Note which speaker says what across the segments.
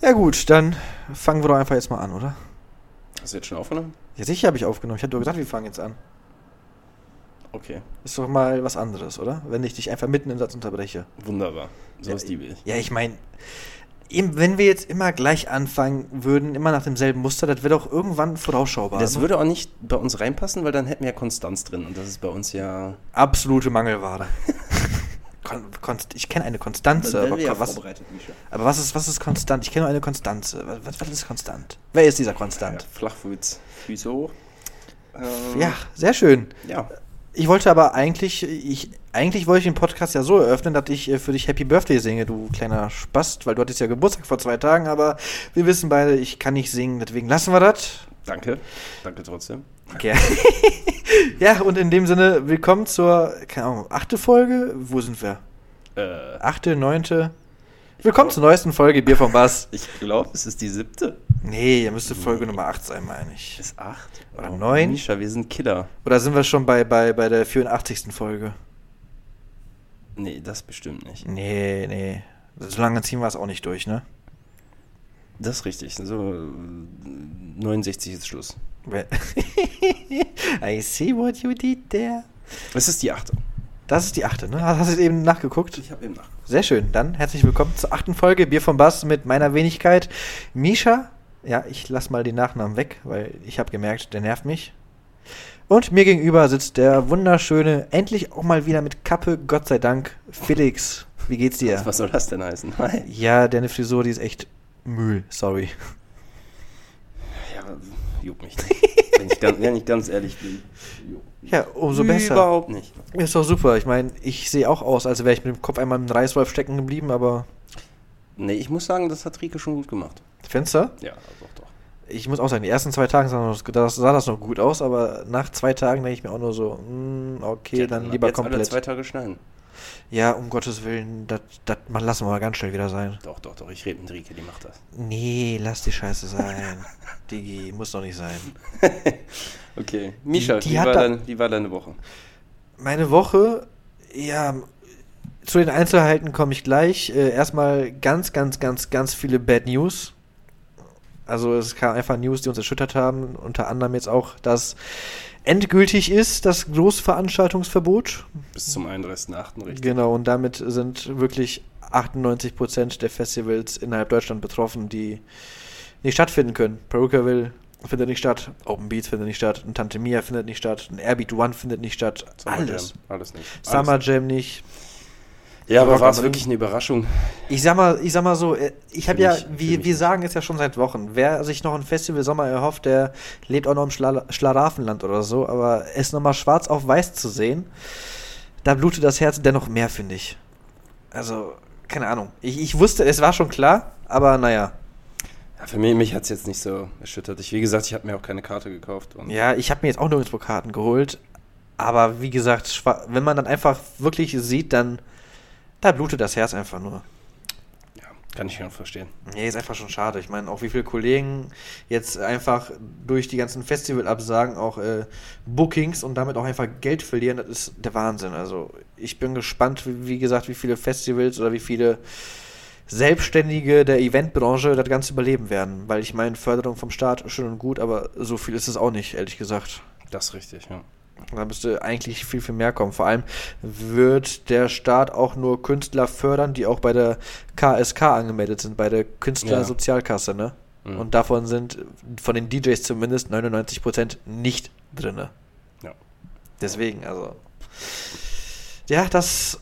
Speaker 1: Ja gut, dann fangen wir doch einfach jetzt mal an, oder?
Speaker 2: Hast du jetzt schon aufgenommen?
Speaker 1: Ja, sicher habe ich aufgenommen. Ich habe doch gesagt, wir fangen jetzt an.
Speaker 2: Okay,
Speaker 1: Ist doch mal was anderes, oder? Wenn ich dich einfach mitten im Satz unterbreche.
Speaker 2: wunderbar. So
Speaker 1: Ja,
Speaker 2: ist die Bild.
Speaker 1: Ja, ich meine, wenn wir jetzt immer gleich anfangen würden, immer nach demselben Muster, das wäre doch irgendwann vorausschaubar.
Speaker 2: Das
Speaker 1: ne?
Speaker 2: würde auch nicht bei uns reinpassen, weil dann hätten wir ja Konstanz drin und das ist bei uns ja.
Speaker 1: absolute Mangelware. Kon Konst ich kenne eine Konstanze, aber, was,
Speaker 2: vorbereitet, Misha.
Speaker 1: aber was, ist, was ist konstant? Ich kenne nur eine Konstanze. Was, was- was ist konstant? Wer ist dieser
Speaker 2: Ja,
Speaker 1: konstant?
Speaker 2: Flachwitz. Füße hoch. Ähm,
Speaker 1: Ja, sehr schön.
Speaker 2: Ja.
Speaker 1: Ich wollte aber eigentlich, ich, eigentlich wollte ich den Podcast ja so eröffnen, dass ich äh, für dich Happy Birthday singe, du kleiner Spast, weil du hattest ja Geburtstag vor zwei Tagen, aber wir wissen beide, ich kann nicht singen, deswegen lassen wir das.
Speaker 2: Danke. Danke trotzdem.
Speaker 1: Okay. ja, und in dem Sinne, willkommen zur, keine Ahnung, achte Folge? Wo sind wir?
Speaker 2: Äh,
Speaker 1: Achte, neunte? Willkommen zur neuesten Folge Bier vom Bass.
Speaker 2: ich glaube, es ist die siebte.
Speaker 1: Nee, da müsste Folge Nummer acht sein, meine ich.
Speaker 2: Ist acht.
Speaker 1: Oder neun.
Speaker 2: Misha, wir sind Killer.
Speaker 1: Oder sind wir schon bei, bei, bei der 84. Folge?
Speaker 2: Nee, das bestimmt nicht.
Speaker 1: Nee, nee. So lange ziehen wir es auch nicht durch, ne?
Speaker 2: Das ist richtig. So, äh, 69 ist Schluss.
Speaker 1: Well- I see what you did there.
Speaker 2: Es ist die achte.
Speaker 1: Das ist die achte, ne? Hast hast du eben nachgeguckt?
Speaker 2: Ich habe eben nach.
Speaker 1: Sehr schön. Dann herzlich willkommen zur achten Folge Bier vom Bass mit meiner Wenigkeit. Misha, ja, ich lass mal den Nachnamen weg, weil ich habe gemerkt, der nervt mich. Und mir gegenüber sitzt der wunderschöne, endlich auch mal wieder mit Kappe, Gott sei Dank, Felix. Wie geht's dir?
Speaker 2: Was soll das denn heißen? Nein.
Speaker 1: Ja, deine Frisur, die ist echt Müll, sorry.
Speaker 2: Ja, juckt mich nicht. wenn, ich ganz, wenn ich ganz ehrlich bin. juckt mich
Speaker 1: Ja, umso besser.
Speaker 2: Überhaupt nicht.
Speaker 1: Ist doch super. Ich meine, ich sehe auch aus, als wäre ich mit dem Kopf einmal im Reißwolf stecken geblieben, aber
Speaker 2: Nee, ich muss sagen, das hat Rike schon gut gemacht.
Speaker 1: Fenster?
Speaker 2: Ja, doch, doch.
Speaker 1: Ich muss auch sagen, die ersten zwei Tage sah das, das, sah das noch gut aus, aber nach zwei Tagen denke ich mir auch nur so, mm, okay,
Speaker 2: Ja,
Speaker 1: dann
Speaker 2: ab
Speaker 1: lieber
Speaker 2: jetzt Alle zwei
Speaker 1: komplett.
Speaker 2: Tage schneiden.
Speaker 1: Ja, um Gottes Willen, das das- man lassen wir mal ganz schnell wieder sein.
Speaker 2: Doch, doch, doch. Ich rede mit Rike, die macht das.
Speaker 1: Nee, lass die Scheiße sein. Digi, muss doch nicht sein.
Speaker 2: Okay. Misha,
Speaker 1: Die- die
Speaker 2: wie,
Speaker 1: hat
Speaker 2: war
Speaker 1: da-
Speaker 2: dein, wie war deine Woche?
Speaker 1: Meine Woche, ja, zu den Einzelheiten komme ich gleich. Äh, erstmal ganz, ganz, ganz, ganz viele Bad News. Also es kam einfach News, die uns erschüttert haben. Unter anderem jetzt auch, dass endgültig ist das Großveranstaltungsverbot.
Speaker 2: Bis zum 31.8. richtig.
Speaker 1: Genau, und damit sind wirklich 98 Prozent der Festivals innerhalb Deutschland betroffen, die nicht stattfinden können. Perukaville findet nicht statt, Open Beats findet nicht statt, ein Tante Mia findet nicht statt, ein Airbeat One findet nicht statt.
Speaker 2: Summer
Speaker 1: alles.
Speaker 2: Jam, Alles nicht.
Speaker 1: Summer
Speaker 2: Alles.
Speaker 1: Jam nicht.
Speaker 2: Ja, aber
Speaker 1: Rock
Speaker 2: war
Speaker 1: am
Speaker 2: es
Speaker 1: Ring.
Speaker 2: wirklich eine Überraschung?
Speaker 1: Ich sag mal, ich sag mal so, äh, ich habe
Speaker 2: Für
Speaker 1: ja,
Speaker 2: mich- für
Speaker 1: wie,
Speaker 2: mich
Speaker 1: wir
Speaker 2: nicht.
Speaker 1: sagen es ja schon seit Wochen, wer sich noch ein Festival Sommer erhofft, der lebt auch noch im Schla Schlaraffenland oder so, aber es nochmal schwarz auf weiß zu sehen, da blutet das Herz dennoch mehr, finde ich. Also, keine Ahnung. Ich, ich wusste, es war schon klar, aber naja.
Speaker 2: Ja, für mich, mich hat es jetzt nicht so erschüttert. Ich, wie gesagt, ich habe mir auch keine Karte gekauft. Und
Speaker 1: Ja, ich habe mir jetzt auch nirgendwo Karten geholt, aber wie gesagt, schwa- wenn man dann einfach wirklich sieht, dann, da blutet das Herz einfach nur.
Speaker 2: ja, kann ich schon verstehen.
Speaker 1: Nee, ist einfach schon schade. Ich meine, auch wie viele Kollegen jetzt einfach durch die ganzen Festivalabsagen auch äh, Bookings und damit auch einfach Geld verlieren, das ist der Wahnsinn. Also ich bin gespannt, wie, wie gesagt, wie viele Festivals oder wie viele Selbstständige der Eventbranche das Ganze überleben werden. Weil ich meine, Förderung vom Staat schön und gut, aber so viel ist es auch nicht, ehrlich gesagt.
Speaker 2: Das ist richtig, ja.
Speaker 1: Da müsste eigentlich viel, viel mehr kommen. Vor allem wird der Staat auch nur Künstler fördern, die auch bei der KSK angemeldet sind, bei der Künstlersozialkasse, ne?
Speaker 2: Mhm.
Speaker 1: Und davon sind von den DJs zumindest 99% nicht drinne.
Speaker 2: ja.
Speaker 1: Deswegen, also. Ja, das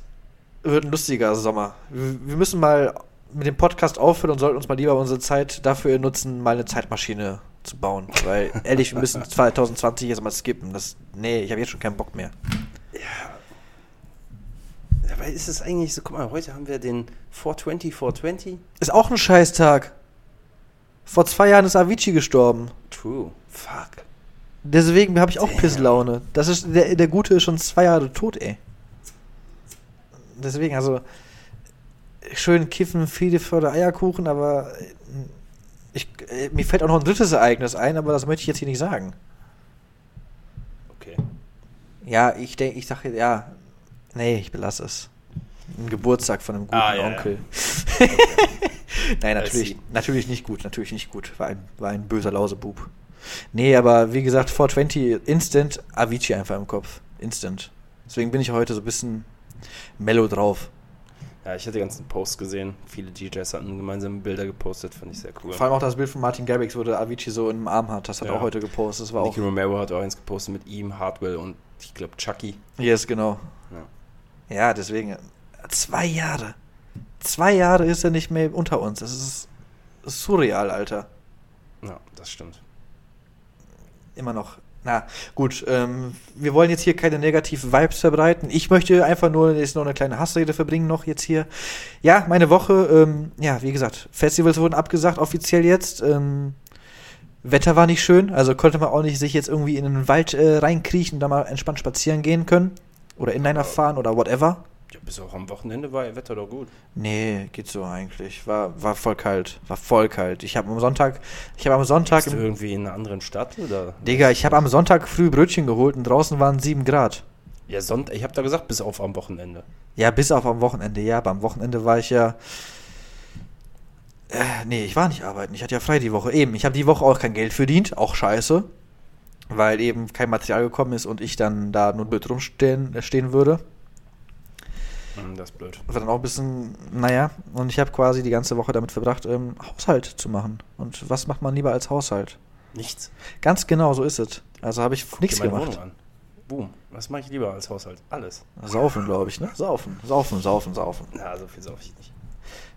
Speaker 1: wird ein lustiger Sommer. W- Wir müssen mal mit dem Podcast aufhören und sollten uns mal lieber unsere Zeit dafür nutzen, mal eine Zeitmaschine zu bauen. Weil, ehrlich, wir müssen 2020 jetzt mal skippen. Das, nee, ich habe jetzt schon keinen Bock mehr.
Speaker 2: Dabei ist es eigentlich so, guck mal, heute haben wir den 420, 420.
Speaker 1: Ist auch ein Scheißtag. Vor zwei Jahren ist Avicii gestorben.
Speaker 2: True. Fuck.
Speaker 1: Deswegen habe ich auch
Speaker 2: Damn.
Speaker 1: Pisslaune. Das ist, der, der Gute ist schon zwei Jahre tot, ey. Deswegen, also, schön kiffen, viele Förder Eierkuchen, aber äh, ich, äh, mir fällt auch noch ein drittes Ereignis ein, aber das möchte ich jetzt hier nicht sagen.
Speaker 2: Okay.
Speaker 1: Ja, ich denke, ich sage, ja, nee, ich belasse es. Ein Geburtstag von einem guten
Speaker 2: Ah, ja, ja.
Speaker 1: Onkel. Nein, natürlich,
Speaker 2: see.
Speaker 1: natürlich nicht gut, natürlich nicht gut. War ein, war ein böser Lausebub. Nee, aber wie gesagt, 420 instant Avicii einfach im Kopf. Instant. Deswegen bin ich heute so ein bisschen mellow drauf.
Speaker 2: Ja, ich hatte die ganzen Posts gesehen. Viele DJs hatten gemeinsame Bilder gepostet, fand ich sehr cool.
Speaker 1: Vor allem auch das Bild von Martin Garrix, wo der Avicii so im Arm hat. Das hat
Speaker 2: Ja.
Speaker 1: auch heute gepostet. Das war auch.
Speaker 2: Nicky Romero hat auch eins gepostet mit ihm, Hardwell und ich glaube Chucky.
Speaker 1: Yes, genau. Ja. deswegen. Zwei Jahre. Zwei Jahre ist er nicht mehr unter uns. Das ist surreal, Alter.
Speaker 2: Ja, das stimmt.
Speaker 1: Immer noch. Na, gut, ähm, wir wollen jetzt hier keine negativen Vibes verbreiten. Ich möchte einfach nur jetzt noch eine kleine Hassrede verbringen, noch jetzt hier. Ja, meine Woche, ähm, ja, wie gesagt, Festivals wurden abgesagt, offiziell jetzt. Ähm, Wetter war nicht schön, also konnte man auch nicht sich jetzt irgendwie in den Wald äh, reinkriechen, da mal entspannt spazieren gehen können. Oder Inliner fahren oder whatever.
Speaker 2: Ja, bis auch am Wochenende war ihr Wetter doch gut.
Speaker 1: Nee, geht so eigentlich. War, war voll kalt. War voll kalt. Ich habe am Sonntag, ich habe am Sonntag,
Speaker 2: Bist du irgendwie in einer anderen Stadt oder?
Speaker 1: Digga, ich habe am Sonntag früh Brötchen geholt und draußen waren 7 Grad.
Speaker 2: Ja, Sonntag, ich habe da gesagt, bis auf am Wochenende.
Speaker 1: Ja, bis auf am Wochenende. Ja, aber am Wochenende war ich ja. Äh, nee, ich war nicht arbeiten. Ich hatte ja frei die Woche. Eben, ich habe die Woche auch kein Geld verdient. Auch scheiße. Weil eben kein Material gekommen ist und ich dann da nur blöd rumstehen äh, stehen würde.
Speaker 2: Hm, das ist blöd.
Speaker 1: war dann auch ein bisschen, naja, und ich habe quasi die ganze Woche damit verbracht, ähm, Haushalt zu machen. Und was macht man lieber als Haushalt?
Speaker 2: Nichts.
Speaker 1: Ganz genau, so ist es. Also habe ich nichts
Speaker 2: Geh meine
Speaker 1: gemacht.
Speaker 2: Wohnung an. Boom. Was mache ich lieber als Haushalt? Alles.
Speaker 1: Saufen, glaube ich, ne? Saufen, saufen, saufen, saufen.
Speaker 2: Na, so viel sauf ich nicht.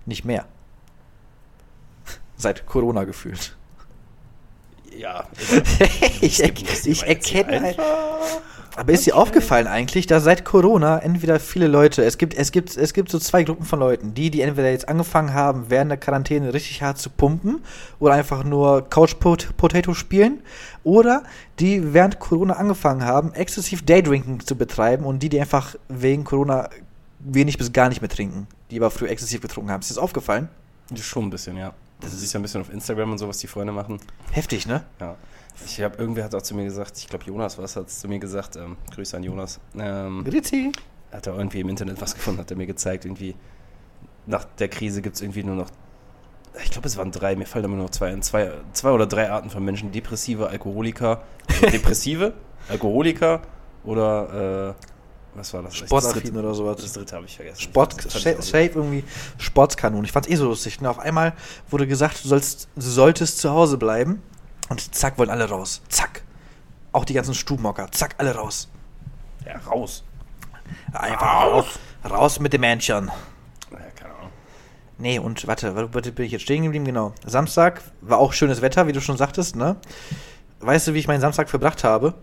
Speaker 1: Nicht mehr. Seit Corona gefühlt.
Speaker 2: Ja.
Speaker 1: ich
Speaker 2: skippen
Speaker 1: erk-
Speaker 2: das Thema
Speaker 1: ich
Speaker 2: jetzt hier
Speaker 1: erkenne halt. Aber ist dir aufgefallen eigentlich, dass seit Corona entweder viele Leute, es gibt, es gibt, es gibt so zwei Gruppen von Leuten, die, die entweder jetzt angefangen haben, während der Quarantäne richtig hart zu pumpen oder einfach nur Couch Pot Potato spielen oder die während Corona angefangen haben, exzessiv Daydrinking zu betreiben und die, die einfach wegen Corona wenig bis gar nicht mehr trinken, die aber früher exzessiv getrunken haben. Ist dir das aufgefallen?
Speaker 2: Schon ein bisschen, ja. Das siehst ja ein bisschen auf Instagram und so, was die Freunde machen.
Speaker 1: Heftig, ne?
Speaker 2: Ja. Ich habe irgendwer hat auch zu mir gesagt, ich glaube Jonas was hat zu mir gesagt, ähm, Grüße an Jonas. Ähm,
Speaker 1: Grüezi.
Speaker 2: hat er irgendwie im Internet was gefunden, hat er mir gezeigt, irgendwie nach der Krise gibt es irgendwie nur noch, ich glaube es waren drei, mir fallen aber nur noch zwei ein, zwei, zwei oder drei Arten von Menschen, depressive, Alkoholiker, also depressive, Alkoholiker oder äh, was war das? das
Speaker 1: Sportaffin
Speaker 2: dritte,
Speaker 1: oder sowas.
Speaker 2: das dritte habe ich vergessen.
Speaker 1: Sport,
Speaker 2: Das fand ich
Speaker 1: Sha-
Speaker 2: auch so-
Speaker 1: Shape irgendwie Sportskanon. Ich fand's eh so lustig. Und auf einmal wurde gesagt, du sollst, du solltest zu Hause bleiben. Und zack, wollen alle raus. Zack. Auch die ganzen Stubenhocker. Zack, alle raus.
Speaker 2: Ja, raus.
Speaker 1: Einfach raus. Raus mit dem Männchen.
Speaker 2: Ja, keine Ahnung.
Speaker 1: Nee, und warte, wo- warte, bin ich jetzt stehen geblieben? Genau. Samstag war auch schönes Wetter, wie du schon sagtest, ne? Weißt du, wie ich meinen Samstag verbracht habe?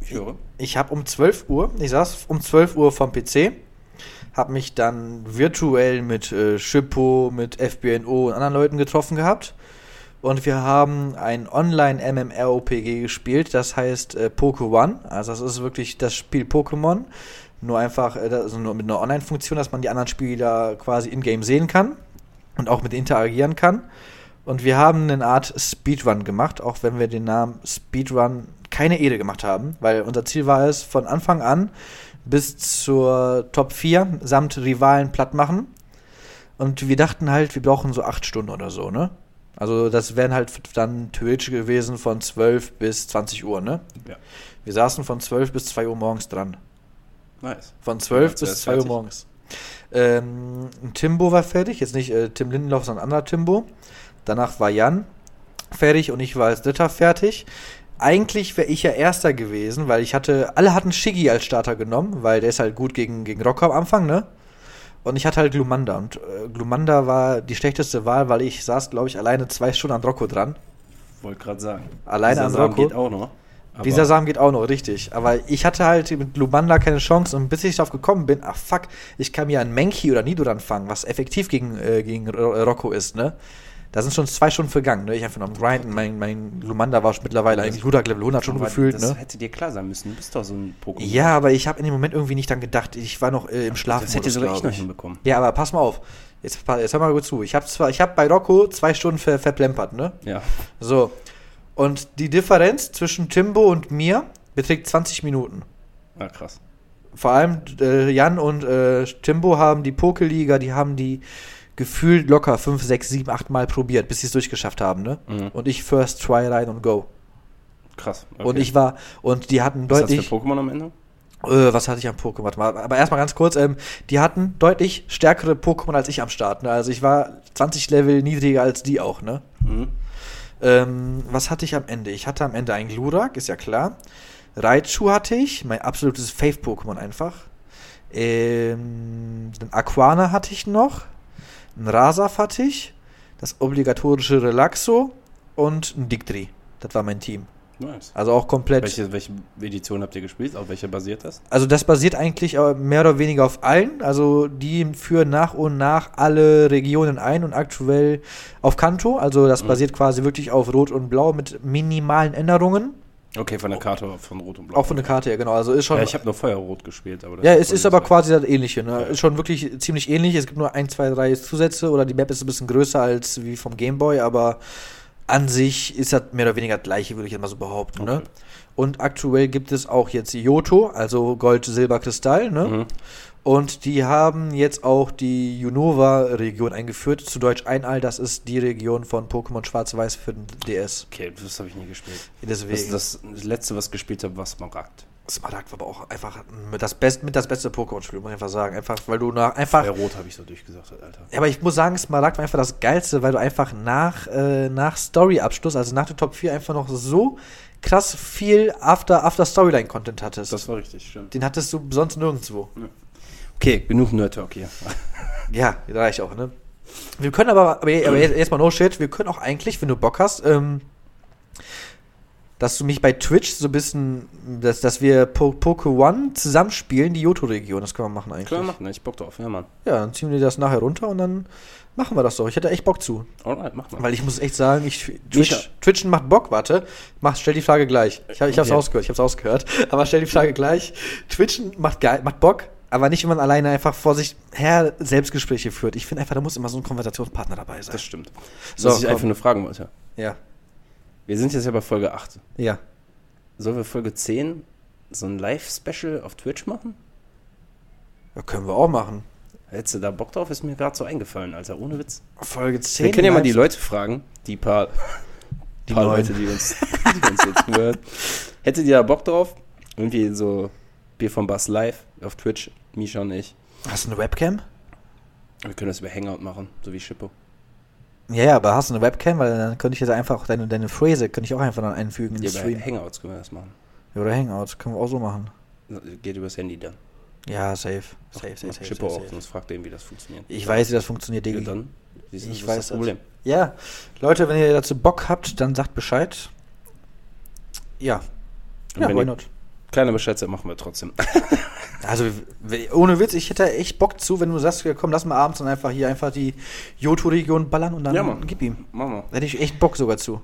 Speaker 2: Ich höre.
Speaker 1: Ich habe um 12 Uhr, ich saß um 12 Uhr vom PC, habe mich dann virtuell mit äh, Schippo, mit FBNO und anderen Leuten getroffen gehabt. Und wir haben ein Online-MMORPG gespielt, das heißt äh, Poke One. Also das ist wirklich das Spiel Pokémon, nur einfach äh, also nur mit einer Online-Funktion, dass man die anderen Spieler quasi in-game sehen kann und auch mit interagieren kann. Und wir haben eine Art Speedrun gemacht, auch wenn wir den Namen Speedrun keine Ehre gemacht haben, weil unser Ziel war es, von Anfang an bis zur Top 4 samt Rivalen platt machen. Und wir dachten halt, wir brauchen so acht Stunden oder so, ne? Also das wären halt dann theoretisch gewesen von 12 bis 20 Uhr, ne?
Speaker 2: Ja.
Speaker 1: Wir saßen von 12 bis 2 Uhr morgens dran.
Speaker 2: Nice.
Speaker 1: Von 12
Speaker 2: Ja,
Speaker 1: bis
Speaker 2: zuerst
Speaker 1: 2 Uhr
Speaker 2: fertig.
Speaker 1: morgens. Ähm, Timbo war fertig, jetzt nicht äh, Tim Lindenloff, sondern ein anderer Timbo. Danach war Jan fertig und ich war als Dritter fertig. Eigentlich wäre ich ja Erster gewesen, weil ich hatte, alle hatten Shiggy als Starter genommen, weil der ist halt gut gegen, gegen Rocker am Anfang, ne? Und ich hatte halt Glumanda und äh, Glumanda war die schlechteste Wahl, weil ich saß, glaube ich, alleine zwei Stunden an Rocco dran.
Speaker 2: Wollte gerade sagen.
Speaker 1: Alleine
Speaker 2: Dieser
Speaker 1: an
Speaker 2: Samen
Speaker 1: Rocco.
Speaker 2: geht auch noch. aber-
Speaker 1: Dieser Samen geht auch noch, richtig. Aber ich hatte halt mit Glumanda keine Chance und bis ich drauf gekommen bin, ach fuck, ich kann mir einen Menki oder Nidoran fangen, was effektiv gegen, äh, gegen Ro- äh, Rocco ist, ne? Da sind schon zwei Stunden vergangen, ne? Ich einfach noch am Grinden, mein, mein Glumanda war schon mittlerweile eigentlich Ludak Level 100 schon
Speaker 2: aber
Speaker 1: gefühlt,
Speaker 2: das
Speaker 1: ne?
Speaker 2: hätte dir klar sein müssen. Du bist doch so ein Pokémon.
Speaker 1: Ja, aber ich habe in dem Moment irgendwie nicht dran gedacht. Ich war noch äh, im Schlaf.
Speaker 2: Das hätte sogar ich noch hinbekommen.
Speaker 1: Ja, aber pass mal auf. Jetzt, pa- jetzt hör mal gut zu. Ich habe zwar, ich habe bei Rocco zwei Stunden ver verplempert, ne?
Speaker 2: Ja.
Speaker 1: So. Und die Differenz zwischen Timbo und mir beträgt 20 Minuten.
Speaker 2: Ja, krass.
Speaker 1: Vor allem äh, Jan und äh, Timbo haben die Pokeliga, die haben die gefühlt locker 5, 6, 7, 8 Mal probiert, bis sie es durchgeschafft haben, ne?
Speaker 2: Mhm.
Speaker 1: Und ich first try rein und go.
Speaker 2: Krass. okay.
Speaker 1: Und ich war, und die hatten
Speaker 2: Was hast du
Speaker 1: deutlich.
Speaker 2: für Pokémon am Ende?
Speaker 1: Äh, was hatte ich am Pokémon? Warte mal, aber erstmal ganz kurz, ähm, die hatten deutlich stärkere Pokémon als ich am Start. Ne? Also ich war 20 Level niedriger als die auch, ne?
Speaker 2: Mhm.
Speaker 1: Ähm, was hatte ich am Ende? Ich hatte am Ende einen Glurak, ist ja klar. Raichu hatte ich, mein absolutes Fave-Pokémon einfach. Ähm, den Aquana hatte ich noch. Ein Rasaf hatte ich. Das obligatorische Relaxo und ein Dictri. Das war mein Team.
Speaker 2: Nice.
Speaker 1: Also auch komplett.
Speaker 2: Welche, welche Edition habt ihr gespielt? Auf welcher basiert das?
Speaker 1: Also das basiert eigentlich äh, mehr oder weniger auf allen. Also die führen nach und nach alle Regionen ein und aktuell auf Kanto. Also das
Speaker 2: Mhm.
Speaker 1: basiert quasi wirklich auf Rot und Blau mit minimalen Änderungen.
Speaker 2: Okay, von der Karte von Rot und Blau.
Speaker 1: Auch von der Karte her, genau. Also ist schon.
Speaker 2: ja, ich habe nur Feuerrot gespielt. Aber das
Speaker 1: Ja, es ist
Speaker 2: so-
Speaker 1: aber quasi das ähnliche. Ne?
Speaker 2: Ja.
Speaker 1: Ist schon wirklich ziemlich ähnlich. Es gibt nur ein, zwei, drei Zusätze oder die Map ist ein bisschen größer als wie vom Gameboy, aber an sich ist das mehr oder weniger das gleiche, würde ich jetzt mal so behaupten. Ne?
Speaker 2: Okay.
Speaker 1: Und aktuell gibt es auch jetzt Yoto, also Gold, Silber, Kristall. Ne?
Speaker 2: Mhm.
Speaker 1: Und die haben jetzt auch die Junova-Region eingeführt. Zu Deutsch Einall, das ist die Region von Pokémon Schwarz-Weiß für den DS.
Speaker 2: Okay, das habe ich nie gespielt. Das,
Speaker 1: Deswegen.
Speaker 2: das, das letzte, was ich gespielt habe, war Smaragd.
Speaker 1: Smaragd war aber auch einfach mit das, Best, mit das beste Pokémon-Spiel, muss ich einfach sagen. Einfach, weil du nach, einfach. Ja,
Speaker 2: Feuerrot habe Äh, ich so durchgesagt, Alter.
Speaker 1: aber ich muss sagen, Smaragd war einfach das Geilste, weil du einfach nach, äh, nach Story-Abschluss, also nach der Top 4, einfach noch so krass viel After- After-Storyline-Content hattest.
Speaker 2: Das war richtig, stimmt.
Speaker 1: den hattest du sonst nirgendwo.
Speaker 2: Okay, genug Nerd Talk hier.
Speaker 1: Ja, reicht auch, ne? Wir können aber, aber, aber jetzt, jetzt mal no shit, wir können auch eigentlich, wenn du Bock hast, ähm, dass du mich bei Twitch so ein bisschen, dass, dass wir po Poke One zusammenspielen, die Johto-Region, das können wir machen eigentlich.
Speaker 2: Klar machen, ne? ich Bock drauf. Ja, Mann.
Speaker 1: Ja, dann ziehen wir das nachher runter und dann machen wir das doch. Ich hätte echt Bock zu.
Speaker 2: Alright, mach mal.
Speaker 1: Weil ich muss echt sagen, ich,
Speaker 2: Ich-
Speaker 1: Twitch, Twitchen macht Bock, warte. Mach, stell die Frage gleich. Ich, hab, ich hab's
Speaker 2: Okay.
Speaker 1: ausgehört, ich hab's ausgehört. Aber stell die Frage gleich. Twitchen macht geil, macht Bock, aber nicht, wenn man alleine einfach vor sich her Selbstgespräche führt. Ich finde einfach, da muss immer so ein Konversationspartner dabei sein.
Speaker 2: Das stimmt.
Speaker 1: So,
Speaker 2: was ich
Speaker 1: komm.
Speaker 2: einfach nur fragen wollte.
Speaker 1: Ja.
Speaker 2: Wir sind jetzt ja bei Folge 8.
Speaker 1: Ja.
Speaker 2: Sollen wir Folge 10 so ein Live-Special auf Twitch machen?
Speaker 1: ja. Können wir auch machen.
Speaker 2: Hättest du da Bock drauf? Ist mir gerade so eingefallen, Alter. Ohne Witz.
Speaker 1: Folge 10.
Speaker 2: Wir können ja mal die
Speaker 1: Leute.
Speaker 2: Leute fragen, die paar,
Speaker 1: Die
Speaker 2: paar
Speaker 1: neuen.
Speaker 2: Leute, die uns, die uns jetzt zuhören. Hättet ihr da Bock drauf? Irgendwie so Bier vom Bass live auf Twitch, Misha und ich.
Speaker 1: Hast du eine Webcam?
Speaker 2: Wir können das über Hangout machen, so wie Schippo.
Speaker 1: Ja, ja, aber hast du eine Webcam? Weil dann könnte ich jetzt einfach deine, deine Phrase, könnte ich auch einfach dann einfügen in den
Speaker 2: Ja, bei
Speaker 1: Stream.
Speaker 2: Hangouts können wir das machen.
Speaker 1: Oder Hangouts, können wir auch so machen.
Speaker 2: Geht übers Handy dann.
Speaker 1: Ja, safe. Safe, safe, safe.
Speaker 2: Schippo
Speaker 1: safe,
Speaker 2: auch,
Speaker 1: safe.
Speaker 2: sonst fragt er, wie das funktioniert.
Speaker 1: Ich weiß, wie das funktioniert,
Speaker 2: ne? Ja,
Speaker 1: Digga.
Speaker 2: dann. Siehst du,
Speaker 1: Ich
Speaker 2: das
Speaker 1: weiß
Speaker 2: ist das Problem.
Speaker 1: Ja, Leute, wenn ihr dazu Bock habt, dann sagt Bescheid. Ja.
Speaker 2: Und
Speaker 1: Ja,
Speaker 2: wenn
Speaker 1: why
Speaker 2: ihr-
Speaker 1: not?
Speaker 2: Kleiner Bescheid, seid, machen wir trotzdem.
Speaker 1: Also, w- ohne Witz, ich hätte echt Bock zu, wenn du sagst, ja, komm, lass mal abends dann einfach hier einfach die Joto-Region ballern und dann
Speaker 2: Ja, Mann.
Speaker 1: gib ihm.
Speaker 2: Machen wir.
Speaker 1: Da hätte ich echt Bock sogar zu.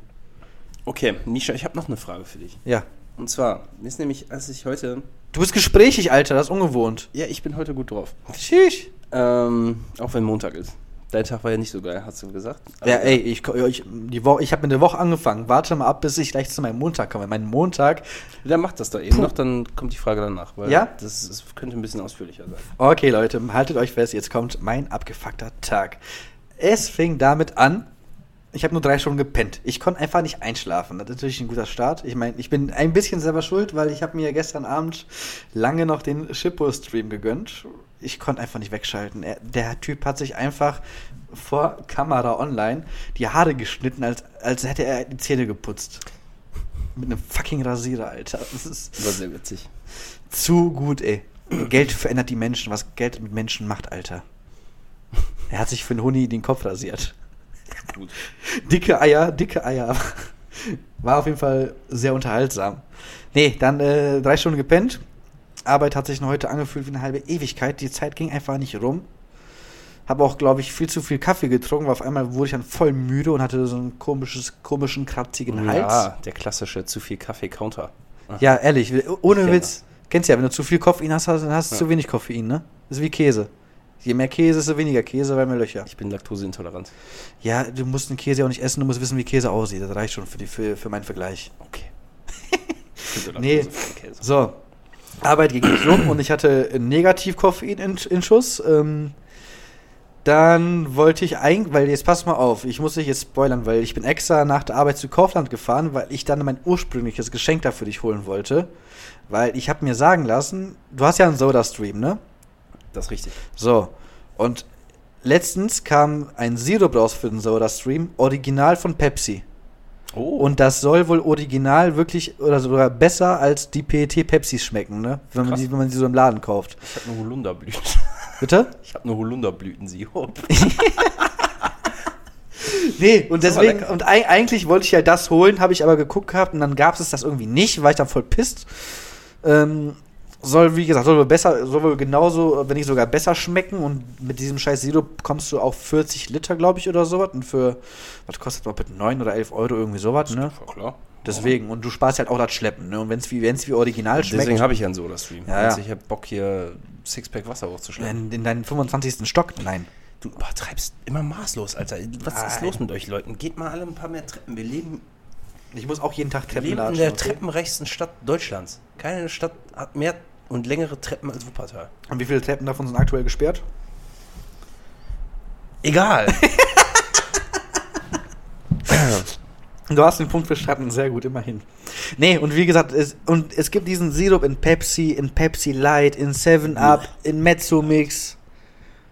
Speaker 2: Okay, Misha, ich habe noch eine Frage für dich.
Speaker 1: Ja.
Speaker 2: Und zwar, mir ist nämlich, als ich heute.
Speaker 1: Du bist gesprächig, Alter, das ist ungewohnt.
Speaker 2: Ja, ich bin heute gut drauf.
Speaker 1: Sheesh.
Speaker 2: Ähm, auch wenn Montag ist. Dein Tag war ja nicht so geil, hast du gesagt.
Speaker 1: Ja, äh, ey, ich, ko- ich, die Woche, ich habe mit der Woche angefangen. Warte mal ab, bis ich gleich zu meinem Montag komme. Mein Montag.
Speaker 2: Dann macht das da eben noch, dann kommt die Frage danach. Weil
Speaker 1: Ja?
Speaker 2: Das, ist, könnte ein bisschen ausführlicher sein.
Speaker 1: Okay, Leute, haltet euch fest, jetzt kommt mein abgefuckter Tag. Es fing damit an, ich habe nur drei Stunden gepennt. Ich konnte einfach nicht einschlafen. Das ist natürlich ein guter Start. Ich meine, ich bin ein bisschen selber schuld, weil ich habe mir gestern Abend lange noch den Shippo-Stream gegönnt. Ich konnte einfach nicht wegschalten. Er, der Typ hat sich einfach vor Kamera online die Haare geschnitten, als, als hätte er die Zähne geputzt. Mit einem fucking Rasierer, Alter. Das ist
Speaker 2: War sehr witzig.
Speaker 1: zu gut, ey. Geld verändert die Menschen, was Geld mit Menschen macht, Alter. Er hat sich für einen Huni den Kopf rasiert.
Speaker 2: Gut.
Speaker 1: Dicke Eier, dicke Eier. War auf jeden Fall sehr unterhaltsam. Nee, dann äh, drei Stunden gepennt. Arbeit hat sich noch heute angefühlt wie eine halbe Ewigkeit. Die Zeit ging einfach nicht rum. Habe auch, glaube ich, viel zu viel Kaffee getrunken, weil auf einmal wurde ich dann voll müde und hatte so einen komisches, komischen, kratzigen Hals.
Speaker 2: Oh Ja, der klassische zu viel Kaffee-Counter.
Speaker 1: Ja, ehrlich, ohne
Speaker 2: Ich kenn
Speaker 1: Witz. Kennst du ja, wenn du zu viel Koffein hast, hast- dann hast du
Speaker 2: Ja.
Speaker 1: zu wenig Koffein, ne? Ist wie Käse. Je mehr Käse, desto weniger Käse, weil mehr Löcher.
Speaker 2: Ich bin laktoseintolerant.
Speaker 1: Ja, du musst den Käse ja auch nicht essen, du musst wissen, wie Käse aussieht. Das reicht schon für, die, für, für meinen Vergleich.
Speaker 2: Okay. Ich finde
Speaker 1: Nee.
Speaker 2: Laktose für den Käse.
Speaker 1: So. Arbeit ging nicht um und ich hatte Negativ-Koffein in, in Schuss. Ähm, dann wollte ich eigentlich, weil jetzt pass mal auf, ich muss dich jetzt spoilern, weil ich bin extra nach der Arbeit zu Kaufland gefahren, weil ich dann mein ursprüngliches Geschenk dafür dich holen wollte. Weil ich habe mir sagen lassen, du hast ja einen Soda-Stream, ne?
Speaker 2: Das ist richtig.
Speaker 1: So. Und letztens kam ein Sirup raus für den Soda-Stream, original von Pepsi.
Speaker 2: Oh.
Speaker 1: Und das soll wohl original wirklich oder sogar besser als die PET-Pepsis schmecken, ne? Wenn man,
Speaker 2: Krass.
Speaker 1: die, wenn man die so im Laden kauft.
Speaker 2: ich habe eine Holunderblüte.
Speaker 1: Bitte?
Speaker 2: Ich habe eine Holunderblütensirup.
Speaker 1: Nee, und
Speaker 2: Das ist
Speaker 1: deswegen,
Speaker 2: aber lecker.
Speaker 1: und ei- eigentlich wollte ich ja das holen, habe ich aber geguckt gehabt und dann gab es das irgendwie nicht, war ich dann voll pisst. Ähm, soll, wie gesagt, soll wohl besser, soll wohl genauso, wenn nicht sogar besser schmecken und mit diesem scheiß Sirup kommst du auf 40 Liter, glaube ich, oder sowas und für, was kostet das, bitte 9 oder 11 Euro, irgendwie sowas, ne?
Speaker 2: Ja, klar.
Speaker 1: Deswegen, und du sparst halt auch das Schleppen, ne? Und wenn es wie, wenn's wie original
Speaker 2: Deswegen
Speaker 1: schmeckt,
Speaker 2: habe ich ja einen Soda-Stream.
Speaker 1: Ja, ja.
Speaker 2: Also Ich habe Bock, hier Sixpack Wasser hochzuschlagen.
Speaker 1: in, in deinen 25. Stock, nein.
Speaker 2: Du übertreibst immer maßlos, Alter. Was ist
Speaker 1: Nein.
Speaker 2: los mit euch Leuten? Geht mal alle ein paar mehr Treppen. Wir leben,
Speaker 1: Ich muss auch jeden Tag
Speaker 2: wir
Speaker 1: Treppen
Speaker 2: leben in
Speaker 1: latschen,
Speaker 2: der
Speaker 1: okay?
Speaker 2: treppenreichsten Stadt Deutschlands. Keine Stadt hat mehr und längere Treppen als Wuppertal.
Speaker 1: Und wie viele Treppen davon sind aktuell gesperrt?
Speaker 2: Egal.
Speaker 1: Du hast den Punkt verstanden, sehr gut, immerhin. Nee, und wie gesagt, es, und es gibt diesen Sirup in Pepsi, in Pepsi Light, in 7-Up, in Mezzo Mix.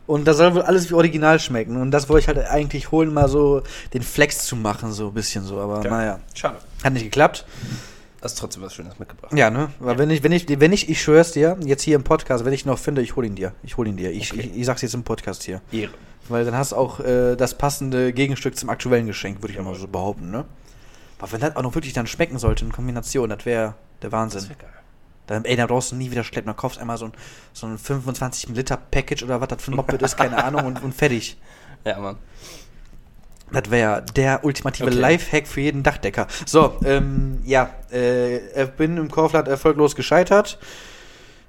Speaker 1: Und da soll wohl alles wie original schmecken. Und das wollte ich halt eigentlich holen, mal so den Flex zu machen, so ein bisschen so. Aber
Speaker 2: Ja.
Speaker 1: naja,
Speaker 2: Schade. Mhm.
Speaker 1: hat nicht geklappt.
Speaker 2: Hast trotzdem was Schönes mitgebracht.
Speaker 1: Ja, ne? Weil wenn ich, wenn ich, wenn ich, ich schwör's dir, jetzt hier im Podcast, wenn ich ihn noch finde, ich hol ihn dir. Ich hol ihn dir. Ich,
Speaker 2: Okay.
Speaker 1: ich, ich sag's jetzt im Podcast hier.
Speaker 2: Ehre.
Speaker 1: Weil dann hast du auch äh, das passende Gegenstück zum aktuellen Geschenk, würde ich mal
Speaker 2: Jawohl.
Speaker 1: so behaupten, ne? Aber wenn das auch noch wirklich dann schmecken sollte in Kombination, das wäre der
Speaker 2: Das
Speaker 1: Wahnsinn.
Speaker 2: wäre geil.
Speaker 1: Dann, ey, da brauchst du nie wieder schleppen. Dann kaufst du einmal so ein, so ein 25-Liter-Package oder was das für ein Moped ist, keine Ahnung, und, und fertig.
Speaker 2: Ja, Mann.
Speaker 1: Das wäre der ultimative
Speaker 2: Okay.
Speaker 1: Lifehack für jeden Dachdecker. So, ähm, ja, äh, ich bin im Kaufland erfolglos gescheitert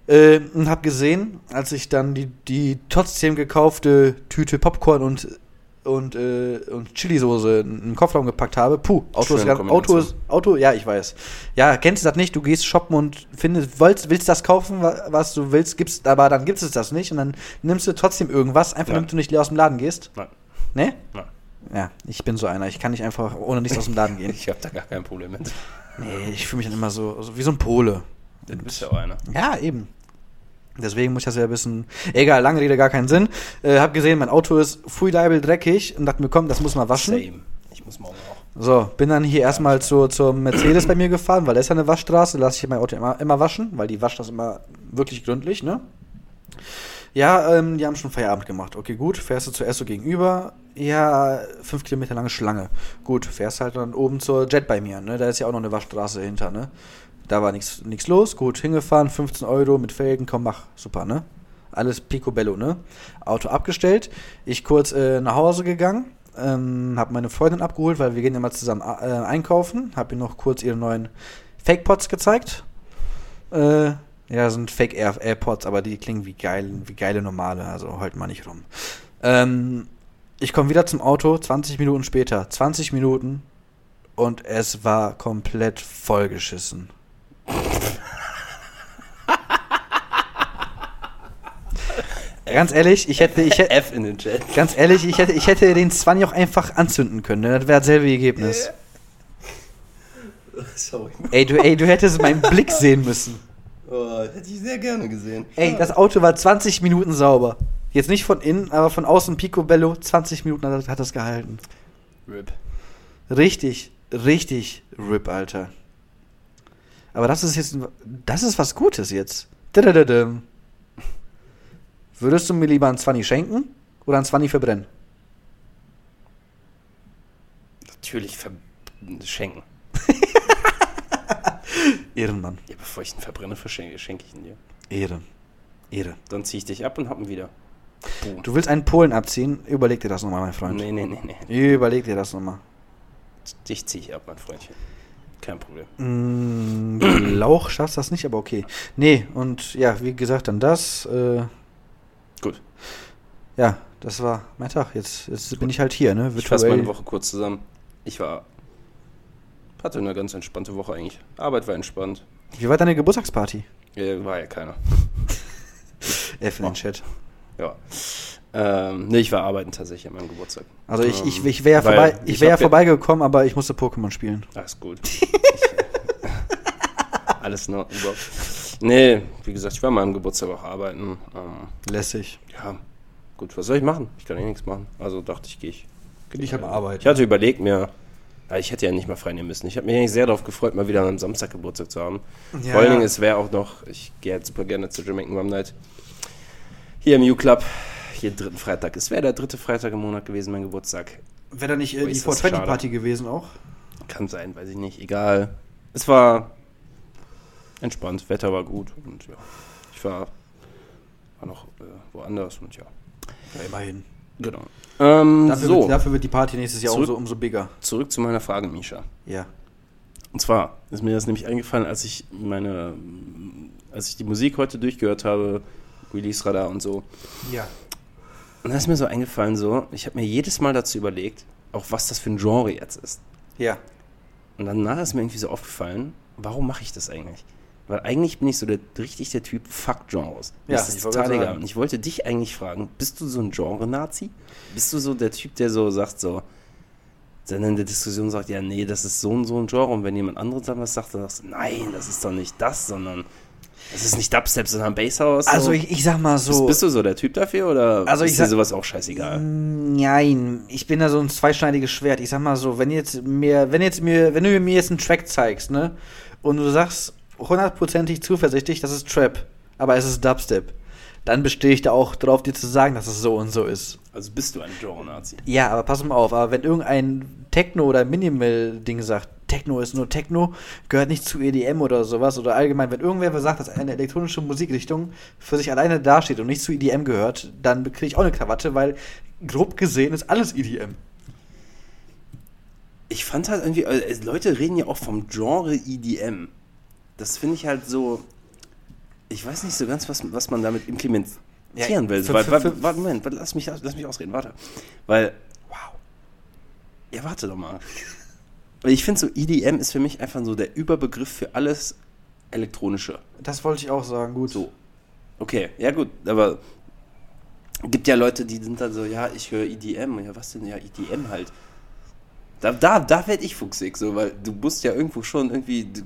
Speaker 1: äh, und habe gesehen, als ich dann die, die trotzdem gekaufte Tüte Popcorn und und äh, und Chilisoße in den Kofferraum gepackt habe. Puh, Auto ist,
Speaker 2: Schöne
Speaker 1: ganz- Auto ist
Speaker 2: Kombination.
Speaker 1: Auto, ja, ich weiß. Ja, kennst du das nicht? Du gehst shoppen und findest, willst, willst das kaufen, wa- was du willst, gibst, aber dann gibt es das nicht und dann nimmst du trotzdem irgendwas, einfach
Speaker 2: Ja.
Speaker 1: damit du nicht leer aus dem Laden gehst.
Speaker 2: Nein.
Speaker 1: Ne?
Speaker 2: Nein.
Speaker 1: Ja, ich bin so einer. Ich kann nicht einfach ohne nichts aus dem Laden gehen.
Speaker 2: Ich habe da gar kein Problem mit.
Speaker 1: Nee, ich fühle mich dann immer so, so wie so ein Pole.
Speaker 2: Du bist ja auch einer.
Speaker 1: Ja, eben. Deswegen muss ich das ja ein bisschen. Egal, lange Rede, gar keinen Sinn. Äh, hab gesehen, mein Auto ist Fuideibel dreckig und dachte mir, komm, das muss mal waschen.
Speaker 2: Same. Ich muss morgen auch.
Speaker 1: So, bin dann hier erstmal zu, zur Mercedes bei mir gefahren, weil da ist ja eine Waschstraße, lasse ich hier mein Auto immer, immer waschen, weil die wascht das immer wirklich gründlich, ne? Ja, ähm, die haben schon Feierabend gemacht. Okay, gut, fährst du zur Esso gegenüber. Ja, fünf Kilometer lange Schlange. Gut, fährst halt dann oben zur Jet bei mir, ne? Da ist ja auch noch eine Waschstraße hinter, ne? Da war nichts nichts los, gut, hingefahren, 15 Euro mit Felgen, komm, mach, super, ne? Alles picobello, ne? Auto abgestellt, ich kurz äh, nach Hause gegangen, ähm, hab meine Freundin abgeholt, weil wir gehen immer zusammen äh, einkaufen, hab ihr noch kurz ihre neuen Fake-Pods gezeigt. Äh, ja, sind Fake Air AirPods, aber die klingen wie geil, wie geile normale, also halt mal nicht rum. Ähm, ich komme wieder zum Auto, 20 Minuten später, 20 Minuten und es war komplett vollgeschissen. Ganz ehrlich, ich hätte, ich hätte,
Speaker 2: F in den Chat.
Speaker 1: Ganz ehrlich, ich hätte, ich hätte den Swanny auch einfach anzünden können. Ne? Das wäre dasselbe Ergebnis.
Speaker 2: Sorry.
Speaker 1: Ey du, ey, du hättest meinen Blick sehen müssen.
Speaker 2: Oh, hätte ich sehr gerne gesehen. Ah.
Speaker 1: Ey, das Auto war 20 Minuten sauber. Jetzt nicht von innen, aber von außen Picobello. 20 Minuten hat, das- hat das gehalten.
Speaker 2: RIP.
Speaker 1: Richtig, richtig RIP, Alter. Aber das ist jetzt, ein- das ist was Gutes jetzt. Dadadadam. Würdest du mir lieber einen Zwanni schenken oder einen Zwanni verbrennen?
Speaker 2: Natürlich ver schenken.
Speaker 1: Ehrenmann.
Speaker 2: Ja, bevor ich ihn verbrenne, verschenke, schenke ich ihn dir.
Speaker 1: Ehre. Ehre.
Speaker 2: Dann ziehe ich dich ab und hab ihn wieder. Boom.
Speaker 1: Du willst einen Polen abziehen? Überleg dir das nochmal, mein Freund.
Speaker 2: Nee, nee, nee, nee.
Speaker 1: Überleg dir das nochmal.
Speaker 2: Dich ziehe ich ab, mein Freundchen. Kein Problem.
Speaker 1: Mm, Lauch schaffst das nicht, aber okay. Nee, und ja, wie gesagt, dann das. Äh,
Speaker 2: Gut.
Speaker 1: ja, das war mein Tag. Jetzt, jetzt bin ich halt hier, ne?
Speaker 2: Ich fasse meine Woche kurz zusammen. Ich war. hatte eine ganz entspannte Woche eigentlich. Arbeit war entspannt.
Speaker 1: Wie war deine Geburtstagsparty?
Speaker 2: Äh, War ja keiner.
Speaker 1: F in
Speaker 2: Oh.
Speaker 1: den Chat.
Speaker 2: Ja. Ähm, nee, ich war arbeiten tatsächlich an meinem Geburtstag.
Speaker 1: Also ich, ich,
Speaker 2: Ähm,
Speaker 1: ich wäre ja,
Speaker 2: weil
Speaker 1: vorbei, ich
Speaker 2: ich
Speaker 1: wär ja
Speaker 2: hab ja-
Speaker 1: vorbeigekommen, aber ich musste Pokémon spielen.
Speaker 2: Alles gut. Ich, alles nur überhaupt. Nee, wie gesagt, ich war mal am Geburtstag auch arbeiten. Ähm,
Speaker 1: Lässig.
Speaker 2: ja, gut, was soll ich machen? Ich kann eh nichts machen. Also dachte ich, gehe ich.
Speaker 1: Ich habe Arbeit.
Speaker 2: Ich hatte überlegt mir, ja, ich hätte ja nicht mal frei nehmen müssen. Ich habe mich eigentlich sehr darauf gefreut, mal wieder am Samstag Geburtstag zu haben.
Speaker 1: Ja.
Speaker 2: Vor allen Dingen, es wäre auch noch, ich gehe jetzt super gerne zur Jamaican Rum Night. Hier im U-Club, jeden dritten Freitag. Es wäre der dritte Freitag im Monat gewesen, mein Geburtstag.
Speaker 1: Wäre da nicht
Speaker 2: Oh,
Speaker 1: äh, die
Speaker 2: ist das
Speaker 1: 420
Speaker 2: schade.
Speaker 1: Party gewesen auch?
Speaker 2: Kann sein, weiß ich nicht, egal. Es war entspannt, Wetter war gut und ja, ich war, war noch äh, woanders und ja,
Speaker 1: Ja, immerhin.
Speaker 2: genau. Ähm,
Speaker 1: Dafür,
Speaker 2: so,
Speaker 1: wird, dafür wird die Party nächstes Jahr
Speaker 2: Zurück-
Speaker 1: umso, umso bigger.
Speaker 2: zurück zu meiner Frage, Misha.
Speaker 1: Ja.
Speaker 2: Und zwar ist mir das nämlich eingefallen, als ich meine, als ich die Musik heute durchgehört habe, Release Radar und so.
Speaker 1: Ja.
Speaker 2: Und da ist mir so eingefallen, so, ich habe mir jedes Mal dazu überlegt, auch was das für ein Genre jetzt ist.
Speaker 1: Ja.
Speaker 2: Und danach ist mir irgendwie so aufgefallen, warum mache ich das eigentlich? Weil eigentlich bin ich so der, richtig der Typ Fuck-Genres. Mir
Speaker 1: Ja,
Speaker 2: ist das
Speaker 1: ich wollte
Speaker 2: total
Speaker 1: gerade
Speaker 2: egal.
Speaker 1: sagen.
Speaker 2: Und ich wollte dich eigentlich fragen, bist du so ein Genre-Nazi? Bist du so der Typ, der so sagt, so, dann in der Diskussion sagt, ja, nee, das ist so und so ein Genre. Und wenn jemand anderes dann was sagt, dann sagst du, nein, das ist doch nicht das, sondern es ist nicht Dubstep, sondern Basshouse.
Speaker 1: Also
Speaker 2: so.
Speaker 1: ich, ich sag mal
Speaker 2: bist,
Speaker 1: so.
Speaker 2: bist du so der Typ dafür oder
Speaker 1: Also
Speaker 2: ist
Speaker 1: ich
Speaker 2: dir
Speaker 1: sag- Mhm.
Speaker 2: sowas auch scheißegal?
Speaker 1: Nein, ich bin da so ein zweischneidiges Schwert. Ich sag mal so, wenn jetzt mir, wenn jetzt mir, wenn du mir jetzt einen Track zeigst, ne, und du sagst hundertprozentig zuversichtlich, das ist Trap, aber es ist Dubstep, dann bestehe ich da auch drauf, dir zu sagen, dass es so und so ist.
Speaker 2: Also bist du ein Genre-Nazi?
Speaker 1: Ja, aber pass mal auf, aber wenn irgendein Techno oder Minimal-Ding sagt, Techno ist nur Techno, gehört nicht zu EDM oder sowas, oder allgemein, wenn irgendwer sagt, dass eine elektronische Musikrichtung für sich alleine dasteht und nicht zu EDM gehört, dann kriege ich auch eine Krawatte, weil grob gesehen ist alles E EDM.
Speaker 2: ich fand halt irgendwie, also, es- Leute reden ja auch vom Genre EDM. Das finde ich halt so, ich weiß nicht so ganz, was, was man damit implementieren
Speaker 1: Ja,
Speaker 2: will.
Speaker 1: für-
Speaker 2: weil,
Speaker 1: für-
Speaker 2: weil,
Speaker 1: für-
Speaker 2: warte, Moment, warte, lass mich, lass mich ausreden, warte. Weil,
Speaker 1: Wow.
Speaker 2: ja, warte doch mal. Weil ich finde so, EDM ist für mich einfach so der Überbegriff für alles Elektronische.
Speaker 1: Das wollte ich auch sagen, gut.
Speaker 2: So. Okay, ja gut, aber gibt ja Leute, die sind dann so, ja, ich höre EDM. Ja, was denn? Ja, EDM halt. Da, da, da werde ich fuchsig, so, weil du musst ja irgendwo schon irgendwie. Du,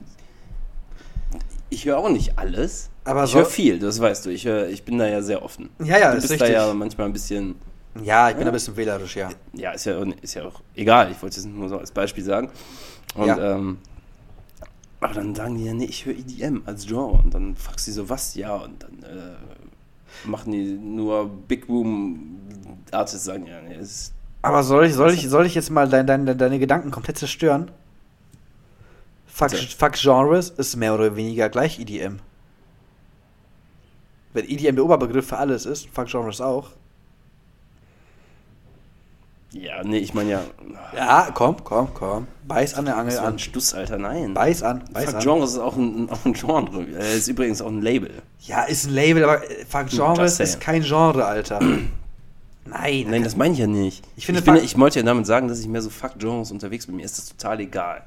Speaker 2: ich höre auch nicht alles.
Speaker 1: Aber
Speaker 2: ich
Speaker 1: so-
Speaker 2: höre viel, das weißt du. Ich, hör, ich bin da ja sehr offen.
Speaker 1: Ja, ja,
Speaker 2: du
Speaker 1: ist
Speaker 2: bist
Speaker 1: richtig.
Speaker 2: da ja manchmal ein bisschen.
Speaker 1: Ja, ich bin ein bisschen wählerisch, ja.
Speaker 2: Ja, ist ja, ist ja auch egal. Ich wollte es nur so als Beispiel sagen. Und,
Speaker 1: Ja.
Speaker 2: ähm, aber dann sagen die ja, nee, ich höre EDM als Genre. Und dann fragst du die so, was? Ja, und dann äh, machen die nur Big Boom Artists sagen, ja, nee, ist,
Speaker 1: Aber soll ich, soll ich, soll ich jetzt mal dein, dein, deine Gedanken komplett zerstören? Fuck,
Speaker 2: Bitte.
Speaker 1: Fuck Genres ist mehr oder weniger gleich EDM. Wenn EDM der Oberbegriff für alles ist, Fuck Genres auch.
Speaker 2: ja, nee, ich meine ja,
Speaker 1: Ja, komm, komm, komm. Beiß an der Angel
Speaker 2: das war ein
Speaker 1: an.
Speaker 2: Stuss, Alter, nein.
Speaker 1: Beiß an, beiß
Speaker 2: Fuck
Speaker 1: an.
Speaker 2: Genres ist auch ein, auch ein Genre. Äh, Ist übrigens auch ein Label.
Speaker 1: Ja, ist ein Label, aber äh, Fuck Genres
Speaker 2: Hm, Just saying.
Speaker 1: ist kein Genre, Alter. Nein,
Speaker 2: Nein, das meine ich ja nicht.
Speaker 1: Ich finde,
Speaker 2: ich, bin,
Speaker 1: Fuck-
Speaker 2: ich wollte ja damit sagen, dass ich mehr so Fuck-Genres unterwegs bin. Mir ist das total egal.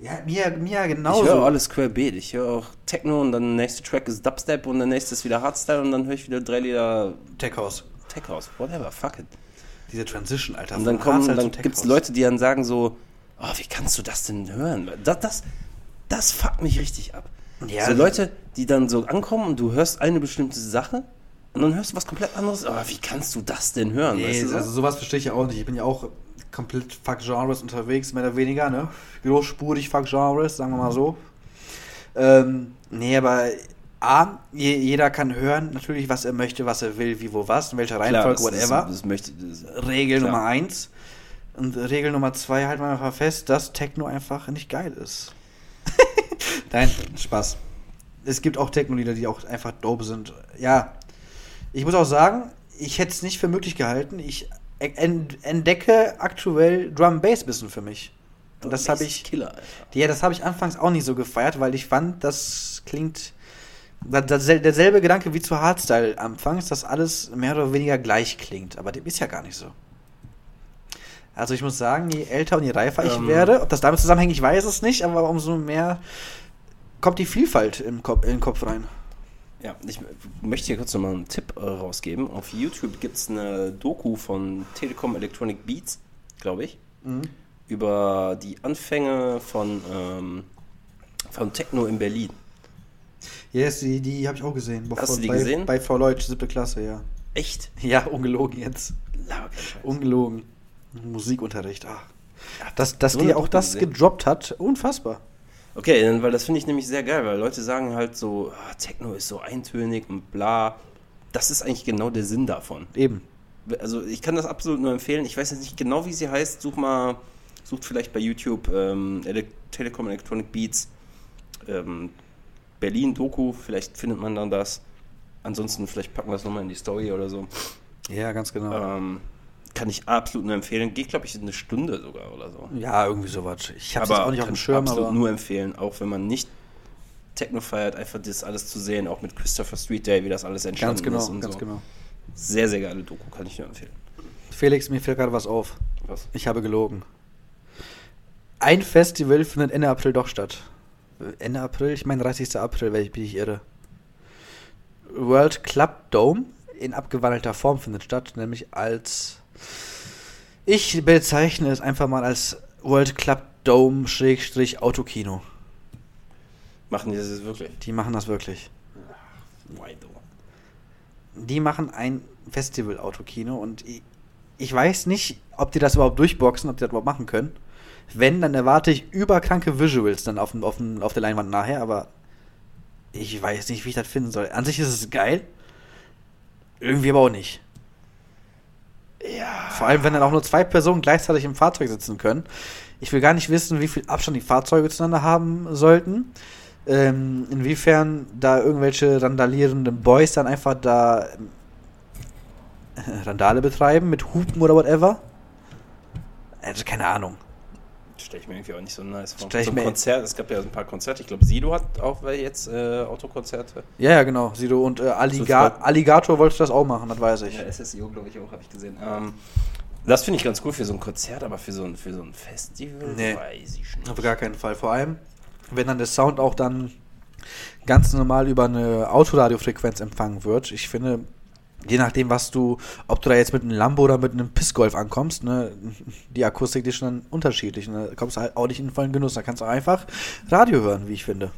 Speaker 1: ja, mir, mir
Speaker 2: Ich höre
Speaker 1: genauso.
Speaker 2: alles querbeet. Ich höre auch Techno und dann der nächste Track ist Dubstep und der nächste ist wieder Hardstyle und dann höre ich wieder drei Lieder
Speaker 1: Tech House.
Speaker 2: Tech House. Whatever, fuck it.
Speaker 1: Diese Transition, Alter.
Speaker 2: Und dann,
Speaker 1: von
Speaker 2: kommen,
Speaker 1: Hardstyle
Speaker 2: dann
Speaker 1: zu Tech
Speaker 2: gibt es
Speaker 1: House.
Speaker 2: Leute, die dann sagen so, oh, wie kannst du das denn hören? Das, das, das fuckt mich richtig ab.
Speaker 1: Ja.
Speaker 2: so Leute, die dann so ankommen und du hörst eine bestimmte Sache und dann hörst du was komplett anderes. Aber wie kannst du das denn hören?
Speaker 1: Nee,
Speaker 2: Weißt du so?
Speaker 1: also sowas verstehe ich ja auch nicht. Ich bin ja auch komplett fuck Genres unterwegs, mehr oder weniger, ne? Großspurig fuck Genres, sagen wir mal so. Ähm, nee, aber A, je, jeder kann hören, natürlich, was er möchte, was er will, wie, wo, was, in welcher
Speaker 2: Klar,
Speaker 1: Reihenfolge,
Speaker 2: das,
Speaker 1: whatever.
Speaker 2: Das, das möchte, das,
Speaker 1: Regel
Speaker 2: klar.
Speaker 1: Nummer eins. Und Regel Nummer zwei halten wir einfach fest, dass Techno einfach nicht geil ist. Nein, Spaß. Es gibt auch Techno-Lieder, die auch einfach dope sind. Ja, ich muss auch sagen, ich hätte es nicht für möglich gehalten. Ich en- entdecke aktuell Drum-Bass-Bisschen für mich. Und das habe ich
Speaker 2: Killer, Alter.
Speaker 1: ja, das habe ich anfangs auch nicht so gefeiert, weil ich fand, das klingt. da- da- Derselbe Gedanke wie zu Hardstyle anfangs, dass alles mehr oder weniger gleich klingt. Aber dem ist ja gar nicht so. Also ich muss sagen, je älter und je reifer ich
Speaker 2: Ähm.
Speaker 1: werde, ob das damit zusammenhängt, ich weiß es nicht, aber umso mehr kommt die Vielfalt im Kopf, in den Kopf rein.
Speaker 2: Ja, ich möchte hier kurz nochmal einen Tipp äh, rausgeben. Auf YouTube gibt es eine Doku von Telekom Electronic Beats, glaube ich, über die Anfänge von, ähm, von Techno in Berlin.
Speaker 1: Yes, die, die habe ich auch gesehen. Bei-
Speaker 2: Hast du die
Speaker 1: bei,
Speaker 2: gesehen?
Speaker 1: Bei Frau Leutsch, siebte Klasse, ja.
Speaker 2: Echt?
Speaker 1: Ja, ungelogen jetzt.
Speaker 2: Laber keinen Scheiß.
Speaker 1: Ungelogen. Musikunterricht, ach. Dass, dass
Speaker 2: so
Speaker 1: die
Speaker 2: eine
Speaker 1: auch
Speaker 2: Doku
Speaker 1: das
Speaker 2: gesehen.
Speaker 1: gedroppt hat, unfassbar.
Speaker 2: Okay, dann- weil das finde ich nämlich sehr geil, weil Leute sagen halt so, ah, Techno ist so eintönig und bla. Das ist eigentlich genau der Sinn davon.
Speaker 1: Eben.
Speaker 2: Also ich kann das absolut nur empfehlen. Ich weiß jetzt nicht genau, wie sie heißt. Such mal, sucht vielleicht bei YouTube ähm, Ele Telekom Electronic Beats ähm, Berlin Doku. Vielleicht findet man dann das. Ansonsten vielleicht packen wir es nochmal in die Story oder so.
Speaker 1: Ja, ganz genau.
Speaker 2: Ähm, kann ich absolut nur empfehlen. Geht, glaube ich, eine Stunde sogar oder so.
Speaker 1: Ja, irgendwie sowas. Ich hab's
Speaker 2: aber
Speaker 1: jetzt auch nicht auf
Speaker 2: kann
Speaker 1: dem
Speaker 2: ich
Speaker 1: Schirm,
Speaker 2: absolut
Speaker 1: aber.
Speaker 2: nur empfehlen, auch wenn man nicht Techno feiert, einfach das alles zu sehen, auch mit Christopher Street Day, wie das alles entstanden
Speaker 1: ganz genau,
Speaker 2: ist und
Speaker 1: ganz
Speaker 2: so.
Speaker 1: genau.
Speaker 2: Sehr, sehr geile Doku, kann ich nur empfehlen.
Speaker 1: Felix, mir fällt gerade was auf.
Speaker 2: Was?
Speaker 1: Ich habe gelogen. Ein Festival findet Ende April doch statt. Äh, Ende April? Ich meine 30. April, wenn ich mich nicht irre. World Club Dome in abgewandelter Form findet statt, nämlich als. Ich bezeichne es einfach mal als World Club Dome Schrägstrich Autokino.
Speaker 2: Machen die das jetzt wirklich?
Speaker 1: Die machen das wirklich.
Speaker 2: Why though?
Speaker 1: die machen ein Festival-Autokino und ich, ich weiß nicht, ob die das überhaupt durchboxen, ob die das überhaupt machen können. Wenn, dann erwarte ich überkranke Visuals dann auf, dem, auf, dem, auf der Leinwand nachher, aber ich weiß nicht, wie ich das finden soll. An sich ist es geil, irgendwie aber auch nicht. Ja. Vor allem, wenn dann auch nur zwei Personen gleichzeitig im Fahrzeug sitzen können. Ich will gar nicht wissen, wie viel Abstand die Fahrzeuge zueinander haben sollten. Ähm, inwiefern da irgendwelche randalierenden Boys dann einfach da ähm, Randale betreiben mit Hupen oder whatever. Also keine Ahnung.
Speaker 2: Stelle ich mir irgendwie auch nicht so nice vor.
Speaker 1: Stell ich
Speaker 2: so ein
Speaker 1: mir-
Speaker 2: Konzert, es gab ja so ein paar Konzerte. Ich glaube, Sido hat auch jetzt äh, Autokonzerte.
Speaker 1: Ja, ja, genau. Sido und äh, Alliga
Speaker 2: So zwei-
Speaker 1: Alligator wollte das auch machen, das weiß ich.
Speaker 2: SSIO, glaube ich, auch, habe ich gesehen. Ähm, das finde ich ganz cool für so ein Konzert, aber für so ein, für so ein Festival
Speaker 1: Nee.
Speaker 2: weiß ich nicht.
Speaker 1: Auf gar keinen Fall. Vor allem, wenn dann der Sound auch dann ganz normal über eine Autoradiofrequenz empfangen wird. Ich finde, je nachdem, was du, ob du da jetzt mit einem Lambo oder mit einem Pissgolf ankommst, ne, die Akustik die ist schon dann unterschiedlich. Ne? Da kommst du halt auch nicht in den vollen Genuss. Da kannst du einfach Radio hören, wie ich finde.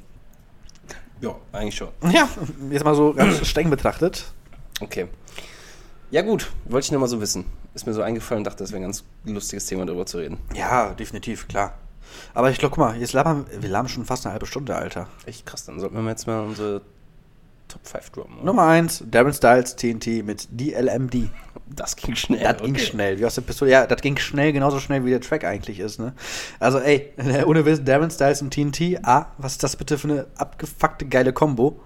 Speaker 2: Ja, eigentlich schon.
Speaker 1: Ja, jetzt mal so ganz streng betrachtet.
Speaker 2: Okay. Ja, gut, wollte ich nur mal so wissen. Ist mir so eingefallen und dachte, das wäre ein ganz lustiges Thema, darüber zu reden.
Speaker 1: Ja, definitiv, klar. Aber ich glaube, guck mal, jetzt labern, wir labern schon fast eine halbe Stunde, Alter.
Speaker 2: Echt krass, dann sollten wir mal jetzt mal unsere Top 5 droppen. oder?
Speaker 1: Nummer 1, Darren Styles, TNT mit DLMD.
Speaker 2: Das ging schnell.
Speaker 1: Das ging schnell, wie aus der Pistole. Ja, das ging schnell, genauso schnell wie der Track eigentlich ist, ne? Also, ey, ohne Wissen, Darren Styles und TNT, ah, was ist das bitte für eine abgefuckte geile Combo?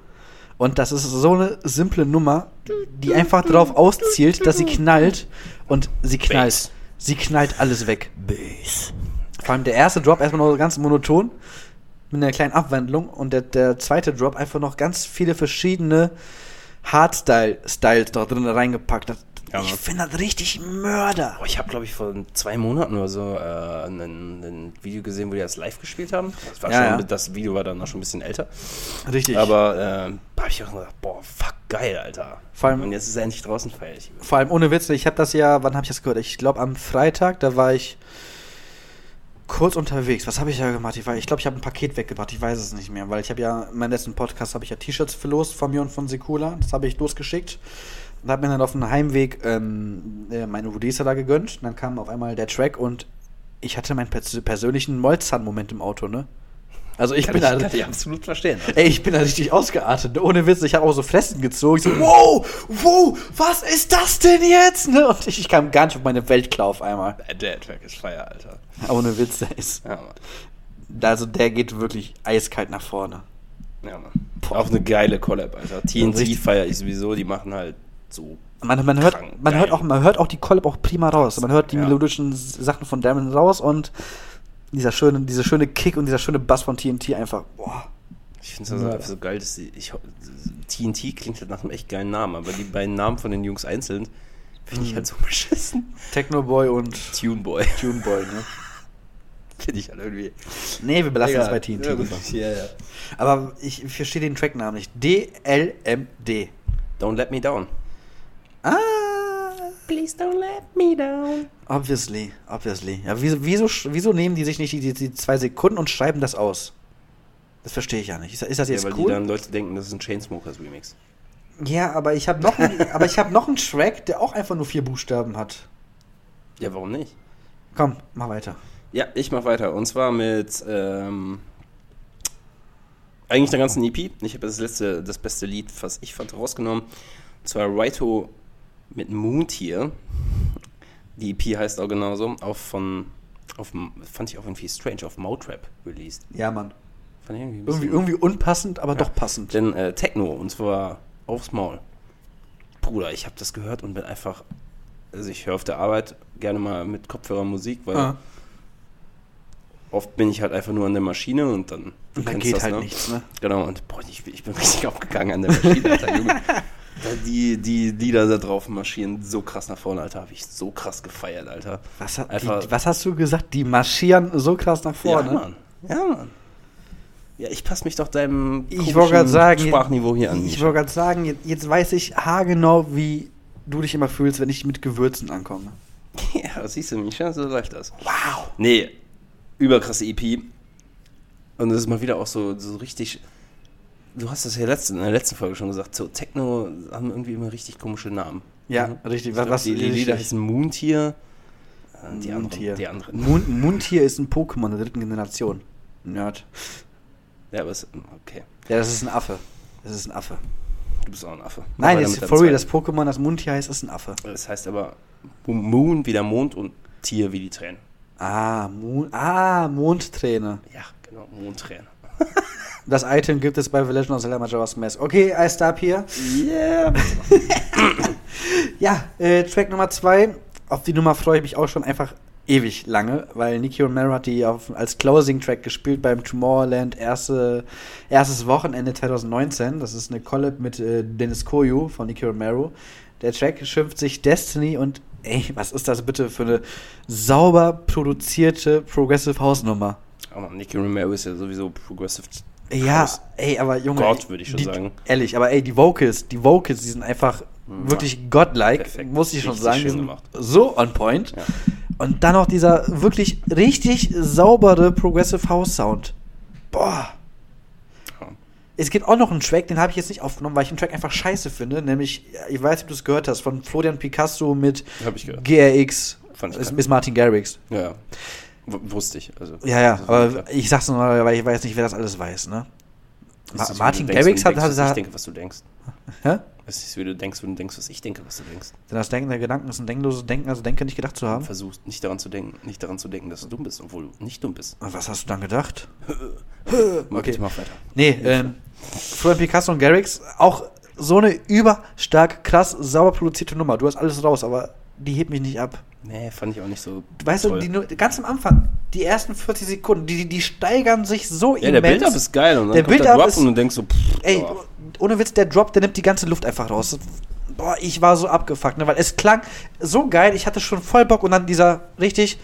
Speaker 1: Und das ist so eine simple Nummer, die einfach darauf auszielt, dass sie knallt und sie knallt.
Speaker 2: Bass.
Speaker 1: Sie knallt alles weg. Vor allem der erste Drop erstmal noch ganz monoton mit einer kleinen Abwandlung und der, der zweite Drop einfach noch ganz viele verschiedene Hardstyle-Styles noch drin reingepackt. Das,
Speaker 2: Ja.
Speaker 1: Ich finde das richtig Mörder.
Speaker 2: Oh, ich habe, glaube ich, vor zwei Monaten oder so äh, ein, ein Video gesehen, wo die das live gespielt haben. Das, war
Speaker 1: Ja,
Speaker 2: schon,
Speaker 1: ja.
Speaker 2: das Video war dann noch schon ein bisschen älter.
Speaker 1: Richtig. Aber
Speaker 2: Aber ähm, da habe ich auch gedacht, boah, fuck, geil, Alter.
Speaker 1: Vor allem-
Speaker 2: und jetzt ist er endlich draußen feierlich.
Speaker 1: vor allem ohne Witze, ich habe das ja, wann habe ich das gehört? Ich glaube am Freitag, da war ich kurz unterwegs. Was habe ich da gemacht? Ich war- ich glaube, ich habe ein Paket weggebracht. Ich weiß es nicht mehr, weil ich habe ja meinen letzten Podcast habe ich ja T-Shirts verlost von mir und von Sekula. Das habe ich losgeschickt und habe mir dann auf dem Heimweg ähm, äh, meine Releaser da gegönnt. Und dann kam auf einmal der Track und ich hatte meinen pers persönlichen Molzahn-Moment im Auto, ne? Also ich bin da
Speaker 2: absolut verstehen.
Speaker 1: Ey, ich bin da richtig ausgeartet. ne? Ohne Witz, ich habe auch so Fressen gezogen. Ich so, wow, wow, was ist das denn jetzt? Ne? Und ich, ich kam gar nicht auf meine Weltklar auf einmal.
Speaker 2: Der Track ist feier, Alter.
Speaker 1: Ohne Witz, der ist.
Speaker 2: ne? Ja, Mann.
Speaker 1: Also der geht wirklich eiskalt nach vorne.
Speaker 2: Ja, Mann. Auch eine geile Collab, Alter. TNT
Speaker 1: Richtig.
Speaker 2: feier ich sowieso, die machen halt so.
Speaker 1: Man, man, hört,
Speaker 2: Krank,
Speaker 1: man, hört
Speaker 2: geil.
Speaker 1: auch, man hört auch die Collab auch prima raus. Man hört die
Speaker 2: Ja.
Speaker 1: melodischen S- Sachen von Damon raus und dieser schöne, diese schöne Kick und dieser schöne Bass von TNT einfach. Boah.
Speaker 2: Ich finde es also einfach so geil, dass die, ich, ho- TNT klingt halt nach einem echt geilen Namen, aber die beiden Namen von den Jungs einzeln
Speaker 1: Hm.
Speaker 2: finde ich halt so beschissen.
Speaker 1: Technoboy und
Speaker 2: Tuneboy.
Speaker 1: Tuneboy, ne?
Speaker 2: Finde ich halt irgendwie.
Speaker 1: Nee, wir belassen
Speaker 2: Egal.
Speaker 1: das bei TNT.
Speaker 2: Ja, gut.
Speaker 1: lieber.
Speaker 2: ja, ja.
Speaker 1: Aber ich verstehe den Tracknamen nicht. DLMD.
Speaker 2: Don't let me down.
Speaker 1: Ah,
Speaker 2: Please don't let me down.
Speaker 1: obviously, obviously. Ja, wieso, wieso, sch- wieso nehmen die sich nicht die, die, die zwei Sekunden und schreiben das aus? Das verstehe ich ja nicht. Ist, ist das
Speaker 2: Ja,
Speaker 1: jetzt
Speaker 2: weil die
Speaker 1: cool?
Speaker 2: dann Leute denken, das ist ein Chainsmokers Remix.
Speaker 1: Ja, aber ich habe noch, einen- aber ich habe noch einen Track, der auch einfach nur vier Buchstaben hat.
Speaker 2: Ja, warum nicht?
Speaker 1: Komm, mach weiter.
Speaker 2: Ja, ich mach weiter. Und zwar mit ähm, eigentlich der ganzen EP. Ich habe das letzte, das beste Lied, was ich fand, rausgenommen. Und zwar Raito mit Moontier. Die EP heißt auch genauso. Auf von, auf, fand ich auch irgendwie strange, auf Motrap released.
Speaker 1: Ja, Mann.
Speaker 2: Fand ich irgendwie, ein bisschen-
Speaker 1: Irgendwie, irgendwie unpassend, aber doch passend.
Speaker 2: Denn äh, Techno, und zwar aufs Maul. Bruder, ich habe das gehört und bin einfach. Also, ich höre auf der Arbeit gerne mal mit Kopfhörer Musik, weil
Speaker 1: Ah.
Speaker 2: oft bin ich halt einfach nur an der Maschine und dann. Du
Speaker 1: Und dann
Speaker 2: kennst
Speaker 1: geht
Speaker 2: das,
Speaker 1: halt
Speaker 2: ne?
Speaker 1: nichts, ne?
Speaker 2: Genau, und boah, ich, ich bin richtig aufgegangen an der Maschine, Alter, Junge. Da Die, die Lieder da drauf marschieren so krass nach vorne, Alter. Habe ich so krass gefeiert, Alter.
Speaker 1: Was, hat,
Speaker 2: Einfach-
Speaker 1: die, was hast du gesagt? Die marschieren so krass nach vorne.
Speaker 2: Ja, Mann. Ja, Mann. Ja, ich passe mich doch deinem
Speaker 1: Ich wollte gerade
Speaker 2: komischen
Speaker 1: sagen,
Speaker 2: Sprachniveau hier an.
Speaker 1: Ich
Speaker 2: Misha.
Speaker 1: wollte gerade sagen, jetzt, jetzt weiß ich haargenau, wie du dich immer fühlst, wenn ich mit Gewürzen ankomme.
Speaker 2: Ja, siehst du, Misha, so läuft das.
Speaker 1: Wow.
Speaker 2: Nee, überkrasse E EP. Und das ist mal wieder auch so, so richtig. Du hast das ja letzte, in der letzten Folge schon gesagt. So Techno haben irgendwie immer richtig komische Namen.
Speaker 1: Ja,
Speaker 2: Mhm.
Speaker 1: richtig.
Speaker 2: Ich
Speaker 1: Was,
Speaker 2: glaub,
Speaker 1: was
Speaker 2: die, die Lieder
Speaker 1: richtig.
Speaker 2: heißen Moontier. Äh, Die
Speaker 1: Mundtier.
Speaker 2: anderen. Die anderen.
Speaker 1: Mund, Mundtier ist ein Pokémon der dritten Generation. Nerd.
Speaker 2: Ja, aber es, okay.
Speaker 1: Ja, das ist ein Affe. Das ist ein Affe.
Speaker 2: Du bist auch ein Affe. Mach
Speaker 1: Nein,
Speaker 2: weiter
Speaker 1: das
Speaker 2: mit
Speaker 1: ist
Speaker 2: deinem
Speaker 1: for real. Das
Speaker 2: zweiten.
Speaker 1: Pokémon, das Mundtier heißt, ist ein Affe.
Speaker 2: Das heißt aber Moon wie der Mond und Tier wie die Tränen.
Speaker 1: Ah, Mond, ah, Mondträne.
Speaker 2: Ja, genau, Mondtränen.
Speaker 1: Das Item gibt es bei The Legend of Zelda Majora's Mask. Okay, I stop here.
Speaker 2: Yeah.
Speaker 1: Ja, äh, Track Nummer zwei. Auf die Nummer freue ich mich auch schon einfach ewig lange, weil Nicky Romero hat die auf, als Closing-Track gespielt beim Tomorrowland erste, erstes Wochenende 2019. Das ist eine Collab mit äh, Dennis Koyu von Nicky Romero. Der Track schimpft sich Destiny und ey, was ist das bitte für eine sauber produzierte Progressive House-Nummer?
Speaker 2: Aber Nicky Romero ist ja sowieso Progressive
Speaker 1: Ja,
Speaker 2: House.
Speaker 1: ey, aber Junge.
Speaker 2: Gott, würde ich schon
Speaker 1: die,
Speaker 2: sagen.
Speaker 1: Ehrlich, aber ey, die Vocals, die Vocals, die sind einfach
Speaker 2: Mhm.
Speaker 1: wirklich godlike,
Speaker 2: Perfekt.
Speaker 1: muss ich schon
Speaker 2: Richtig
Speaker 1: sagen. Die
Speaker 2: schön
Speaker 1: sind
Speaker 2: gemacht.
Speaker 1: So on point.
Speaker 2: Ja.
Speaker 1: Und dann noch dieser wirklich richtig saubere Progressive House Sound. Boah.
Speaker 2: Ja.
Speaker 1: Es gibt auch noch einen Track, den habe ich jetzt nicht aufgenommen, weil ich den Track einfach scheiße finde. Nämlich, äh, ich weiß nicht, ob du es gehört hast, von Florian Picasso mit
Speaker 2: Hab ich gehört.
Speaker 1: GRX.
Speaker 2: Fand ich
Speaker 1: ist,
Speaker 2: geil.
Speaker 1: ist Martin Garrix.
Speaker 2: Ja, ja. W wusste ich. Also,
Speaker 1: Ja, ja,
Speaker 2: Das ist mir
Speaker 1: aber
Speaker 2: klar.
Speaker 1: ich sag's nur, mal, weil ich weiß nicht, wer das alles weiß, ne?
Speaker 2: Es ist, wie du
Speaker 1: Martin
Speaker 2: denkst,
Speaker 1: Garrix
Speaker 2: wenn
Speaker 1: hat,
Speaker 2: du
Speaker 1: hat,
Speaker 2: denkst, was Ich
Speaker 1: hat,
Speaker 2: denke, was du denkst.
Speaker 1: hä?
Speaker 2: Es ist, wie du denkst, wenn du denkst, was ich denke, was du denkst.
Speaker 1: Denn das Denken der Gedanken ist ein denkloses Denken, also denke nicht gedacht zu haben.
Speaker 2: Versuchst nicht daran zu denken, nicht daran zu denken, dass du dumm bist, obwohl du nicht dumm bist.
Speaker 1: Und Was hast du dann gedacht?
Speaker 2: Mach
Speaker 1: Okay.
Speaker 2: bitte, mach weiter.
Speaker 1: Nee, ähm, Florian Picasso und Garrix, auch so eine überstark, krass, sauber produzierte Nummer. Du hast alles raus, aber die hebt mich nicht ab.
Speaker 2: Nee, fand ich auch nicht so.
Speaker 1: Weißt
Speaker 2: toll.
Speaker 1: du, die, nur- ganz am Anfang, die ersten 40 Sekunden, die, die- die steigern sich so
Speaker 2: ja, der Build-Up ist geil und dann
Speaker 1: Der
Speaker 2: kommt der
Speaker 1: Build-up
Speaker 2: Drop
Speaker 1: ist-
Speaker 2: und du denkst so, pff,
Speaker 1: Ey,
Speaker 2: ja.
Speaker 1: ohne Witz, der Drop, der nimmt die ganze Luft einfach raus. Boah, ich war so abgefuckt, ne? weil es klang so geil, ich hatte schon voll Bock und dann dieser richtig,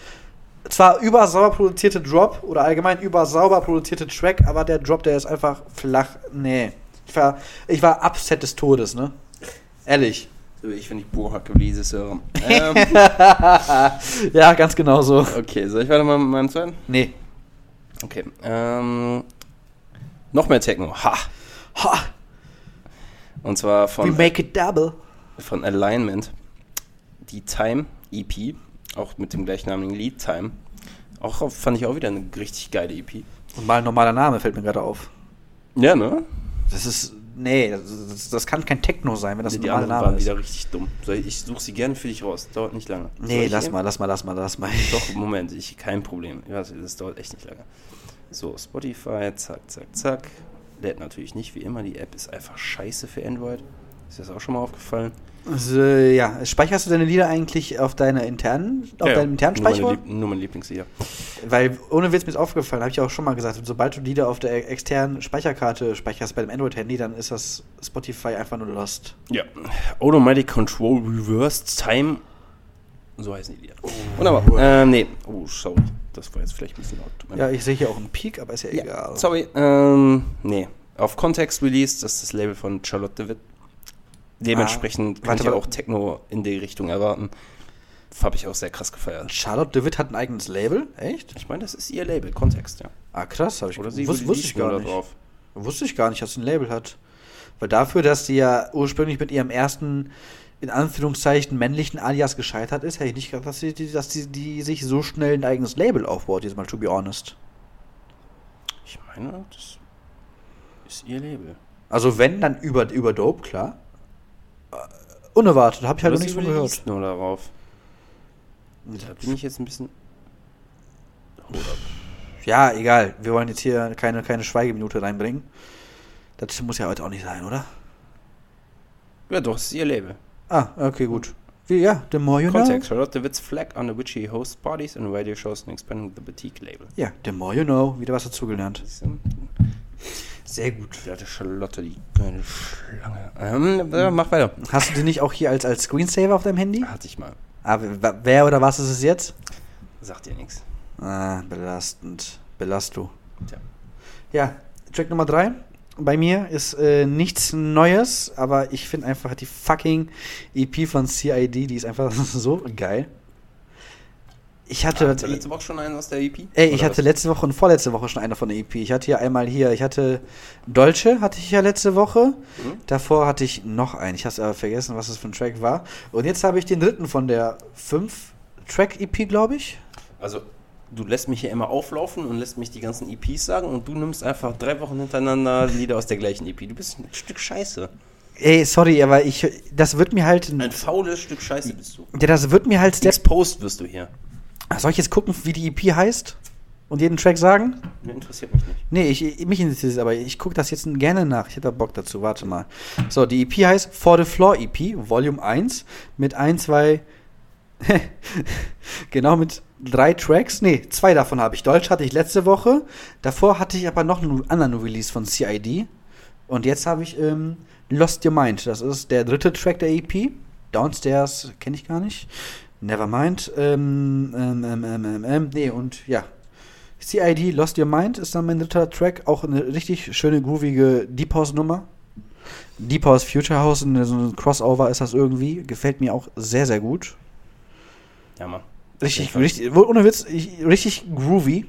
Speaker 1: zwar übersauber produzierte Drop oder allgemein übersauber produzierte Track, aber der Drop, der ist einfach flach. Nee. Ich war, ich war upset des Todes, ne? Ehrlich.
Speaker 2: So, ich wenn ich Bohacke dieses höre. Ähm,
Speaker 1: ja, ganz genau so.
Speaker 2: okay, soll ich weiter mal mit meinem zweiten?
Speaker 1: Nee.
Speaker 2: Okay. Ähm, noch mehr Techno. Ha!
Speaker 1: Ha,
Speaker 2: Und zwar
Speaker 1: we
Speaker 2: von,
Speaker 1: make it double.
Speaker 2: von Alignment. Die Time EP. Auch mit dem gleichnamigen Lied Time. Auch auf- fand ich auch wieder eine richtig geile E EP.
Speaker 1: Und mal ein normaler Name fällt mir gerade auf.
Speaker 2: Ja, ne?
Speaker 1: Das ist, nee, das, das, das kann kein Techno sein, wenn das ein
Speaker 2: die
Speaker 1: normaler
Speaker 2: anderen
Speaker 1: Name
Speaker 2: waren
Speaker 1: ist.
Speaker 2: wieder richtig dumm. Soll ich, ich suche sie gerne für dich raus. Dauert nicht lange. Soll
Speaker 1: Nee,
Speaker 2: ich
Speaker 1: lass
Speaker 2: eben?
Speaker 1: mal, lass mal, lass mal, lass mal.
Speaker 2: Doch, Moment, ich, kein Problem. Ja, Das, das dauert echt nicht lange. So, Spotify, zack, zack, zack. Lädt natürlich nicht, wie immer. Die App ist einfach scheiße für Android. Ist dir das auch schon mal aufgefallen?
Speaker 1: Also, ja, speicherst du deine Lieder eigentlich auf deiner internen, auf
Speaker 2: Ja, ja.
Speaker 1: deinem internen
Speaker 2: Nur meine
Speaker 1: Speicher?
Speaker 2: Lieb- Nur mein Lieblingslieder.
Speaker 1: Weil ohne Witz mir ist aufgefallen, habe ich auch schon mal gesagt, sobald du Lieder auf der externen Speicherkarte speicherst bei dem Android-Handy, dann ist das Spotify einfach nur lost.
Speaker 2: Ja. Automatic Control Reversed Time. So heißen die Lieder. Wunderbar. Äh, nee. Ähm, Oh, sorry. Das war jetzt vielleicht ein bisschen laut. Tut mir
Speaker 1: Ja,
Speaker 2: leid.
Speaker 1: ich sehe hier auch einen Peak, aber ist ja,
Speaker 2: Ja,
Speaker 1: egal.
Speaker 2: Sorry. Ähm, nee. Auf Context Release, das ist das Label von Charlotte DeWitt. Dementsprechend kann
Speaker 1: Ah, warte,
Speaker 2: ich aber
Speaker 1: warte.
Speaker 2: auch Techno in die Richtung erwarten. Habe ich auch sehr krass gefeiert.
Speaker 1: Charlotte DeWitt hat ein eigenes Label? Echt?
Speaker 2: Ich meine, das ist ihr Label, Kontext, ja.
Speaker 1: Ah, krass, habe ich
Speaker 2: Oder sie
Speaker 1: wus wusste ich
Speaker 2: releasen
Speaker 1: gar
Speaker 2: da
Speaker 1: nicht.
Speaker 2: drauf.
Speaker 1: Wusste ich gar nicht, dass sie ein Label hat. Weil dafür, dass sie ja ursprünglich mit ihrem ersten, in Anführungszeichen, männlichen Alias gescheitert ist, hätte ich nicht gedacht, dass sie, die- dass die, die sich so schnell ein eigenes Label aufbaut, diesmal, to be honest.
Speaker 2: Ich meine, das ist ihr Label.
Speaker 1: Also wenn, dann über, über Dope, klar. Äh, Unerwartet, habe ich halt noch
Speaker 2: Oder
Speaker 1: nichts
Speaker 2: sie
Speaker 1: von gehört.
Speaker 2: releasen nur darauf. Da bin ich jetzt ein bisschen.
Speaker 1: Ja, egal. Wir wollen jetzt hier keine, keine Schweigeminute reinbringen. Das muss ja heute auch nicht sein, oder?
Speaker 2: Ja, doch, es ist ihr Label.
Speaker 1: Ah, okay, gut. Wie, ja, the more you
Speaker 2: Context. Charlotte DeWitt's flag under which he hosts parties and radio shows and expanding the boutique label.
Speaker 1: know. Ja, the more you know. Wieder was dazugelernt.
Speaker 2: Das ist, ähm,
Speaker 1: Sehr gut.
Speaker 2: Die alte Charlotte, die kleine Schlange. Ähm,
Speaker 1: Hm.
Speaker 2: äh, mach weiter.
Speaker 1: Hast du die nicht auch hier als, als Screensaver auf deinem Handy?
Speaker 2: Hatte ich mal.
Speaker 1: Ah, wer- wer oder was ist es jetzt?
Speaker 2: Sagt dir nichts.
Speaker 1: Ah, belastend. Belast du.
Speaker 2: Tja.
Speaker 1: Ja, Track Nummer 3. Bei mir ist äh, nichts Neues, aber ich finde einfach die fucking EP von CID, die ist einfach so geil. Ich hatte.
Speaker 2: Hatte letzte Woche schon einen aus der EP?
Speaker 1: Ey, ich
Speaker 2: Oder
Speaker 1: hatte letzte Woche und vorletzte Woche schon eine von der EP. Ich hatte ja einmal hier, ich hatte Dolce, hatte ich ja letzte Woche.
Speaker 2: Mhm.
Speaker 1: Davor hatte ich noch einen. Ich habe aber vergessen, was das für ein Track war. Und jetzt habe ich den dritten von der 5-Track-EP, glaube ich.
Speaker 2: was? Also, du lässt mich hier immer auflaufen und lässt mich die ganzen EPs sagen und du nimmst einfach drei Wochen hintereinander Lieder aus der gleichen EP. Du bist ein Stück Scheiße.
Speaker 1: Ey, sorry, aber ich, das wird mir halt,
Speaker 2: Ein faules Stück Scheiße bist du.
Speaker 1: ja, das wird mir halt, Step.
Speaker 2: Exposed wirst du hier.
Speaker 1: soll ich jetzt gucken, wie die EP heißt? Und jeden Track sagen?
Speaker 2: Mir Ne, interessiert mich nicht.
Speaker 1: Nee, ich, ich- mich interessiert es, aber ich gucke das jetzt gerne nach. Ich hätte da Bock dazu, warte mal. So, die EP heißt For the Floor EP, Volume 1, mit ein, zwei, genau mit drei Tracks. Nee, zwei davon habe ich. Deutsch hatte ich letzte Woche. Davor hatte ich aber noch einen anderen Release von CID. Und jetzt habe ich ähm, Lost Your Mind. Das ist der dritte Track der EP. Downstairs kenne ich gar nicht. Nevermind. Ähm, ähm, ähm, ähm, ähm, ähm. Nee, und ja. CID Lost Your Mind ist dann mein dritter Track. Auch eine richtig schöne, groovige Deep House-Nummer. Deep House Future House, ne, so ein Crossover ist das irgendwie. Gefällt mir auch sehr, sehr gut.
Speaker 2: Ja, Mann.
Speaker 1: Richtig,
Speaker 2: Jedenfalls.
Speaker 1: richtig, wohl ohne Witz, ich, richtig groovy.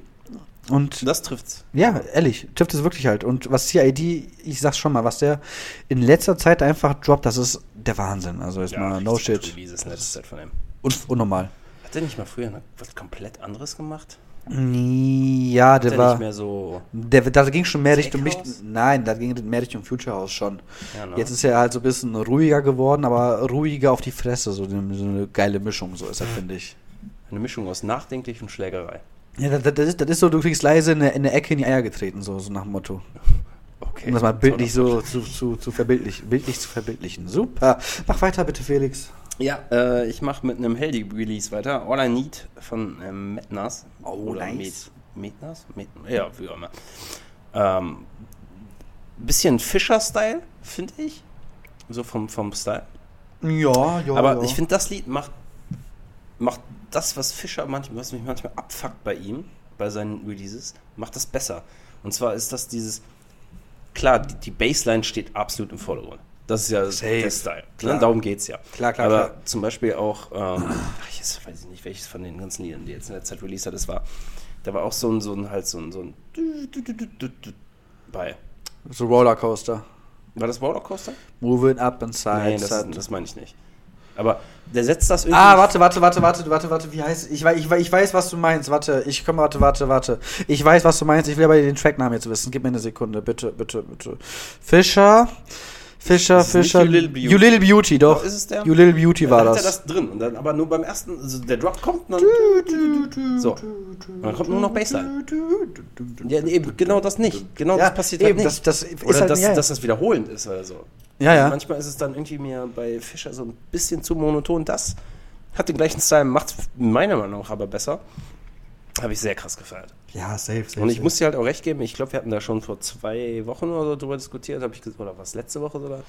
Speaker 1: Und
Speaker 2: Das trifft's.
Speaker 1: ja, ehrlich, trifft es wirklich halt. Und was CID, ich sag's schon mal, was der in letzter Zeit einfach droppt, das ist der Wahnsinn. Also ist mal no shit.
Speaker 2: Releases in letzter Zeit von ihm.
Speaker 1: Und unnormal.
Speaker 2: Hat der nicht mal früher noch was komplett anderes gemacht?
Speaker 1: Ja,
Speaker 2: Hat
Speaker 1: der
Speaker 2: der
Speaker 1: war.
Speaker 2: nicht mehr so.
Speaker 1: Der, da ging schon mehr
Speaker 2: Tech
Speaker 1: Richtung. Nicht,
Speaker 2: House?
Speaker 1: nein, da ging mehr Richtung Future House schon.
Speaker 2: Ja, ne?
Speaker 1: Jetzt ist er halt so ein bisschen ruhiger geworden, aber ruhiger auf die Fresse. So eine, so eine geile Mischung, so ist er, finde ich.
Speaker 2: Eine Mischung aus nachdenklich und Schlägerei.
Speaker 1: Ja, das, das, ist, das ist so, du kriegst leise in eine, in eine Ecke in die Eier getreten, so, so nach dem Motto.
Speaker 2: Okay.
Speaker 1: Um das mal bildlich so zu, zu, zu verbildlich, bildlich zu verbildlichen. Super. Mach weiter bitte, Felix.
Speaker 2: Ja, äh, ich mache mit einem Healthy Release weiter. All I Need von ähm, Metnas.
Speaker 1: Oh, nice.
Speaker 2: Met, Metnas? Met, ja, wie auch immer. Ähm, bisschen Fischer-Style, finde ich. So vom, vom Style.
Speaker 1: Ja, ja. genau.
Speaker 2: Aber ich finde, das Lied macht, macht das, was Fischer manchmal, was mich manchmal abfuckt bei ihm, bei seinen Releases, macht das besser. Und zwar ist das dieses, klar, die, die Bassline steht absolut im Vordergrund. Das ist ja
Speaker 1: Safe.
Speaker 2: der Style.
Speaker 1: Klar.
Speaker 2: Ne? Darum geht's ja.
Speaker 1: Klar, klar,
Speaker 2: Aber
Speaker 1: klar.
Speaker 2: zum Beispiel auch, ähm, ach, jetzt weiß ich nicht, welches von den ganzen Liedern, die jetzt in der Zeit released hat, das war, da war auch so ein, so ein, halt so ein, so ein du- du- du- du- du- du- bei.
Speaker 1: So Rollercoaster.
Speaker 2: War das Rollercoaster?
Speaker 1: Moving up and side.
Speaker 2: Nein, das,
Speaker 1: side.
Speaker 2: das meine ich nicht. Aber der setzt das irgendwie.
Speaker 1: ah, warte, warte, warte, warte, warte, warte. Wie heißt ich, wei- ich, wei- ich weiß, was du meinst. Warte, ich komm, warte, warte, warte. Ich weiß, was du meinst. Ich will aber den Tracknamen jetzt wissen. Gib mir eine Sekunde, bitte, bitte, bitte. Fischer. Fischer,
Speaker 2: Ist es nicht
Speaker 1: Fischer.
Speaker 2: You Little Beauty?
Speaker 1: You Little Beauty, doch.
Speaker 2: Doch, ist es der?
Speaker 1: You Little Beauty war
Speaker 2: da hat
Speaker 1: das.
Speaker 2: er das drin. Und dann, aber nur beim ersten, also der Drop kommt und dann. So. Und dann kommt nur noch Bassline. Ja, nee, eben, genau das nicht. Genau
Speaker 1: Ja,
Speaker 2: das passiert halt
Speaker 1: eben,
Speaker 2: nicht.
Speaker 1: das- das ist
Speaker 2: oder
Speaker 1: halt-
Speaker 2: dass,
Speaker 1: ja, ja.
Speaker 2: dass das wiederholend ist oder so.
Speaker 1: Ja, ja.
Speaker 2: Manchmal ist es dann irgendwie mir bei Fischer so ein bisschen zu monoton. Das hat den gleichen Style, macht meiner Meinung nach aber besser. Habe ich sehr krass gefeiert.
Speaker 1: Ja, safe, safe.
Speaker 2: Und ich
Speaker 1: safe.
Speaker 2: muss dir halt auch recht geben, ich glaube, wir hatten da schon vor zwei Wochen oder so drüber diskutiert, habe ich gesagt, oder was letzte Woche sogar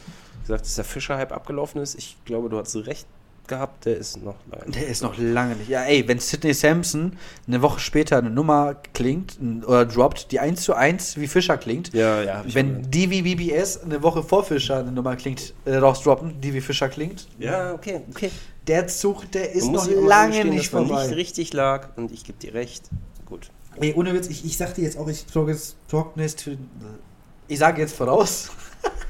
Speaker 2: gesagt, dass der Fischer-Hype abgelaufen ist. Ich glaube, du hattest recht, gehabt, der ist noch lange.
Speaker 1: Der ist noch lange nicht. Ja, ey, wenn Sidney Sampson eine Woche später eine Nummer klingt n- oder droppt, die 1 zu 1 wie Fischer klingt,
Speaker 2: Ja, ja, hab ich schon
Speaker 1: wenn
Speaker 2: gehört.
Speaker 1: die wie BBS eine Woche vor Fischer eine Nummer klingt, äh, rausdroppen, die wie Fischer klingt,
Speaker 2: Ja, okay, okay.
Speaker 1: der Zug, der ist
Speaker 2: Man muss
Speaker 1: noch
Speaker 2: sich auch mal
Speaker 1: lange
Speaker 2: eingestehen,
Speaker 1: nicht
Speaker 2: dass man nicht
Speaker 1: vorbei.
Speaker 2: richtig lag und ich gebe dir recht. Gut.
Speaker 1: Ey, ohne Witz, ich, ich sag dir jetzt auch, ich talk jetzt, talk nicht, ich sage jetzt voraus,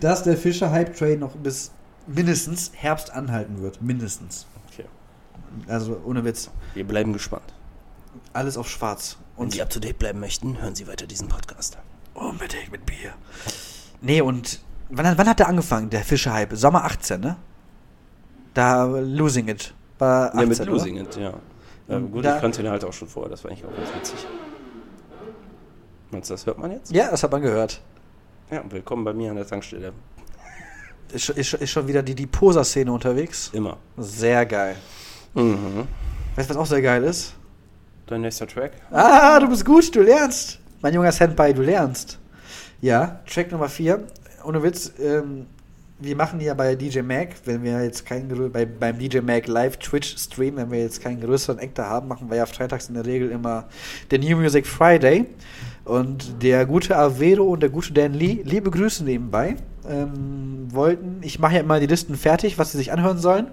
Speaker 1: dass der Fischer-Hype-Train noch bis mindestens Herbst anhalten wird. Mindestens.
Speaker 2: Okay.
Speaker 1: Also ohne Witz.
Speaker 2: Wir bleiben gespannt.
Speaker 1: Alles auf schwarz.
Speaker 2: Und die up to date bleiben möchten, hören Sie weiter diesen Podcast.
Speaker 1: Unbedingt mit Bier. Nee, und wann, hat- wann hat der angefangen, der Fischer-Hype? Sommer 18, ne? Da Losing It. War 18,
Speaker 2: ja, mit
Speaker 1: oder?
Speaker 2: Losing It, ja. ja gut,
Speaker 1: Da-
Speaker 2: ich kannte ihn halt auch schon vorher, das war eigentlich auch ganz witzig. Meinst du, das hört man jetzt?
Speaker 1: Ja, das hat man gehört.
Speaker 2: Ja, willkommen bei mir an der Tankstelle.
Speaker 1: Ist, schon- ist, schon- ist schon wieder die, die Poser-Szene unterwegs.
Speaker 2: Immer.
Speaker 1: Sehr geil.
Speaker 2: Mhm.
Speaker 1: Weißt du, was auch sehr geil ist?
Speaker 2: Dein nächster Track?
Speaker 1: Ah, du bist gut, du lernst. Mein junger Senpai, du lernst. Ja, Track Nummer 4. Ohne Witz, ähm, wir machen ja bei DJ Mac, wenn wir jetzt keinen grö- bei, beim DJ Mac Live Twitch Stream, wenn wir jetzt keinen größeren Act da haben, machen wir ja freitags in der Regel immer den New Music Friday. Und der gute Avero und der gute Dan Lee, liebe Grüße nebenbei, ähm, wollten, ich mache ja immer die Listen fertig, was sie sich anhören sollen.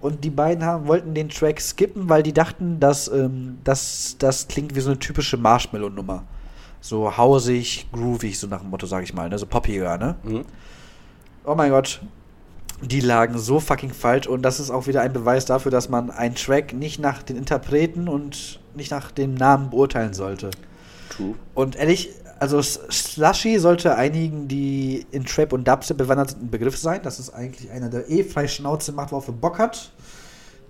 Speaker 1: Und die beiden haben, wollten den Track skippen, weil die dachten, dass ähm, das, das klingt wie so eine typische Marshmallow-Nummer. So hausig, groovig, so nach dem Motto, sag ich mal, ne? So poppiger, ne?
Speaker 2: Mhm.
Speaker 1: Oh mein Gott. Die lagen so fucking falsch und das ist auch wieder ein Beweis dafür, dass man einen Track nicht nach den Interpreten und nicht nach dem Namen beurteilen sollte.
Speaker 2: True.
Speaker 1: Und ehrlich, also S- Slushy sollte einigen, die in Trap und Dubstep bewandert sind, ein Begriff sein. Das ist eigentlich einer, der eh frei Schnauze macht, worauf er Bock hat.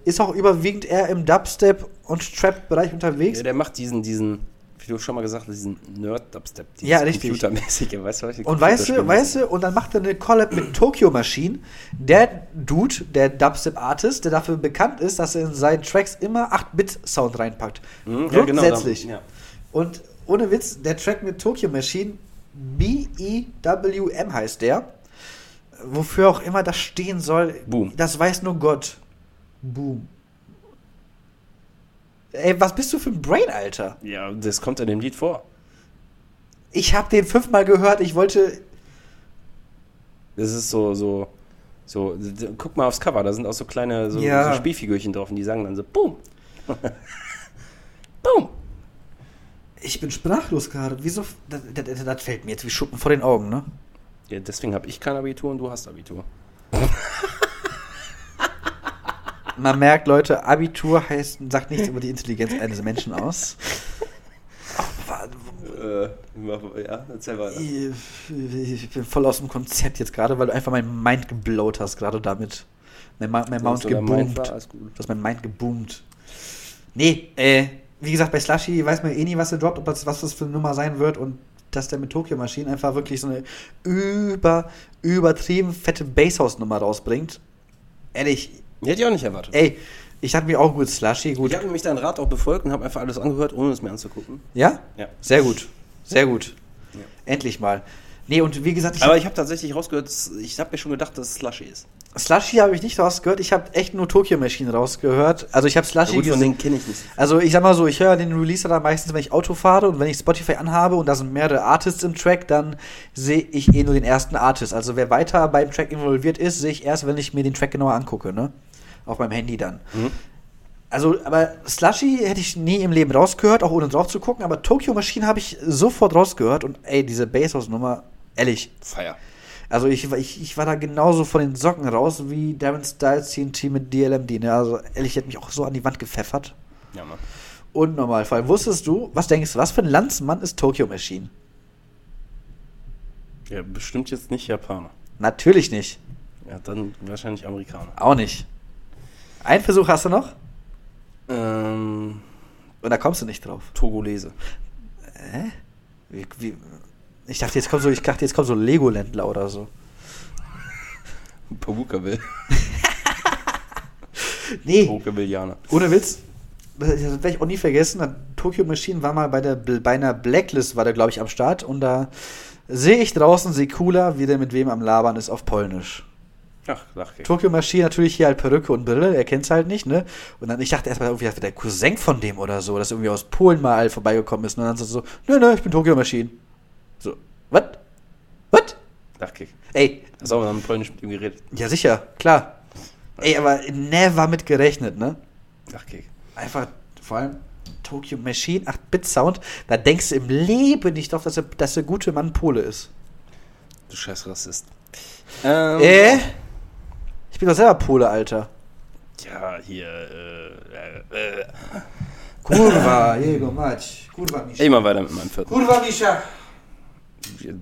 Speaker 1: Ist auch überwiegend eher im Dubstep und Trap-Bereich unterwegs.
Speaker 2: Ja, der macht diesen, diesen, wie du schon mal gesagt hast, diesen Nerd-Dubstep. dieses
Speaker 1: Ja, richtig.
Speaker 2: Computermäßige, weißt du, was ich
Speaker 1: Und weißt du, weißt du, und dann macht er eine Collab mit Tokyo Machine. Der Dude, der Dubstep-Artist, der dafür bekannt ist, dass er in seinen Tracks immer 8-Bit-Sound reinpackt.
Speaker 2: Mhm, ja, genau,
Speaker 1: Grundsätzlich.
Speaker 2: darum, ja.
Speaker 1: Und ohne Witz, der Track mit Tokyo Machine, B-E-W-M heißt der. Wofür auch immer das stehen soll,
Speaker 2: Boom.
Speaker 1: das weiß nur Gott. Boom. Ey, was bist du für ein Brain, Alter?
Speaker 2: Ja, das kommt in dem Lied vor.
Speaker 1: Ich habe den fünfmal gehört, ich wollte
Speaker 2: Das ist so, so, so, d- d- guck mal aufs Cover, da sind auch so kleine so,
Speaker 1: Ja.
Speaker 2: so Spielfigürchen drauf und die sagen dann so, boom. boom.
Speaker 1: Ich bin sprachlos gerade. Wieso? Das, das, das fällt mir jetzt wie Schuppen vor den Augen, ne?
Speaker 2: Ja, deswegen habe ich kein Abitur und du hast Abitur.
Speaker 1: Man merkt, Leute, Abitur heißt, sagt nichts über die Intelligenz eines Menschen aus.
Speaker 2: Äh, ja, erzähl weiter.
Speaker 1: Ich, Äh, ich bin voll aus dem Konzept jetzt gerade, weil du einfach mein Mind geblowt hast, gerade damit. Mein, Ma- mein Mount geboomt. Du
Speaker 2: Alles gut.
Speaker 1: hast mein Mind geboomt. Nee, äh, wie gesagt, bei Slushy weiß man eh nie, was er droppt, ob das, was das für eine Nummer sein wird und dass der mit Tokyo Machine einfach wirklich so eine über, übertrieben fette Basshouse-Nummer rausbringt. Ehrlich,
Speaker 2: Hätte ich auch nicht erwartet.
Speaker 1: Ey, ich dachte mir auch gut Slushy, gut.
Speaker 2: Ich habe nämlich deinen Rat auch befolgt und habe einfach alles angehört, ohne es mir anzugucken.
Speaker 1: Ja?
Speaker 2: Ja.
Speaker 1: Sehr gut. Sehr gut.
Speaker 2: Ja.
Speaker 1: Endlich mal. Nee, und wie gesagt, ich
Speaker 2: Aber ich habe tatsächlich rausgehört, dass- ich habe mir schon gedacht, dass es Slushy ist.
Speaker 1: Slushy habe ich nicht rausgehört. Ich habe echt nur Tokyo Machine rausgehört. Also ich habe
Speaker 2: Na
Speaker 1: Slushy
Speaker 2: gut, von
Speaker 1: gesehen.
Speaker 2: denen kenne ich nicht.
Speaker 1: Also ich sag mal so, ich höre den Releaser dann meistens, wenn ich Auto fahre und wenn ich Spotify anhabe und da sind mehrere Artists im Track, dann sehe ich eh nur den ersten Artist. Also wer weiter beim Track involviert ist, sehe ich erst, wenn ich mir den Track genauer angucke, ne? Auf meinem Handy dann.
Speaker 2: Mhm.
Speaker 1: Also, aber Slushy hätte ich nie im Leben rausgehört, auch ohne drauf zu gucken, aber Tokyo Machine habe ich sofort rausgehört und ey, diese Basshouse-Nummer, ehrlich.
Speaker 2: Feier.
Speaker 1: Also ich, war- ich, ich war da genauso von den Socken raus wie Darren Styles CNT mit DLMD, ne? Also ehrlich, die hat mich auch so an die Wand gepfeffert.
Speaker 2: Ja, Mann.
Speaker 1: Und nochmal, vor allem wusstest du, was denkst du, was für ein Landsmann ist Tokyo Machine?
Speaker 2: Ja, bestimmt jetzt nicht Japaner.
Speaker 1: Natürlich nicht.
Speaker 2: Ja, dann wahrscheinlich Amerikaner.
Speaker 1: Auch nicht. Ein Versuch hast du noch
Speaker 2: Ähm,
Speaker 1: und da kommst du nicht drauf.
Speaker 2: Togolese.
Speaker 1: Wie, wie, ich dachte, jetzt kommt so, ich dachte, jetzt kommt so Legoländler oder so.
Speaker 2: Pawukaville.
Speaker 1: Nee,
Speaker 2: Pawukavilleaner.
Speaker 1: ohne Witz. Das werde ich auch nie vergessen. da- Tokyo Machine war mal bei der bei einer Blacklist, war der, glaube ich, am Start. Und da sehe ich draußen Sekula, wie der mit wem am Labern ist auf Polnisch.
Speaker 2: Ach, lach ich.
Speaker 1: Tokyo Machine natürlich hier halt Perücke und Brille, er kennt's halt nicht, ne? Und dann, ich dachte erstmal irgendwie, das wäre der Cousin von dem oder so, dass irgendwie aus Polen mal halt vorbeigekommen ist. Und dann so, so nö, nö, ich bin Tokyo Machine. So, was? Was?
Speaker 2: Lachkick.
Speaker 1: Ey,
Speaker 2: Hast du auch mal Polnisch mit ihm geredet?
Speaker 1: ja sicher, klar. Ey, aber never mit gerechnet, ne?
Speaker 2: Lachkick.
Speaker 1: Einfach, vor allem Tokyo Machine, 8-Bit-Sound, da denkst du im Leben nicht drauf, dass der, dass der gute Mann Pole ist.
Speaker 2: Du scheiß Rassist. Ähm,
Speaker 1: Äh? Ich bin doch selber Pole, Alter.
Speaker 2: Ja, hier, äh, äh, äh.
Speaker 1: Kurwa, Jego, Mać. Kurwa, Mischa.
Speaker 2: Immer weiter mit meinem vierten.
Speaker 1: Kurwa, Mischa.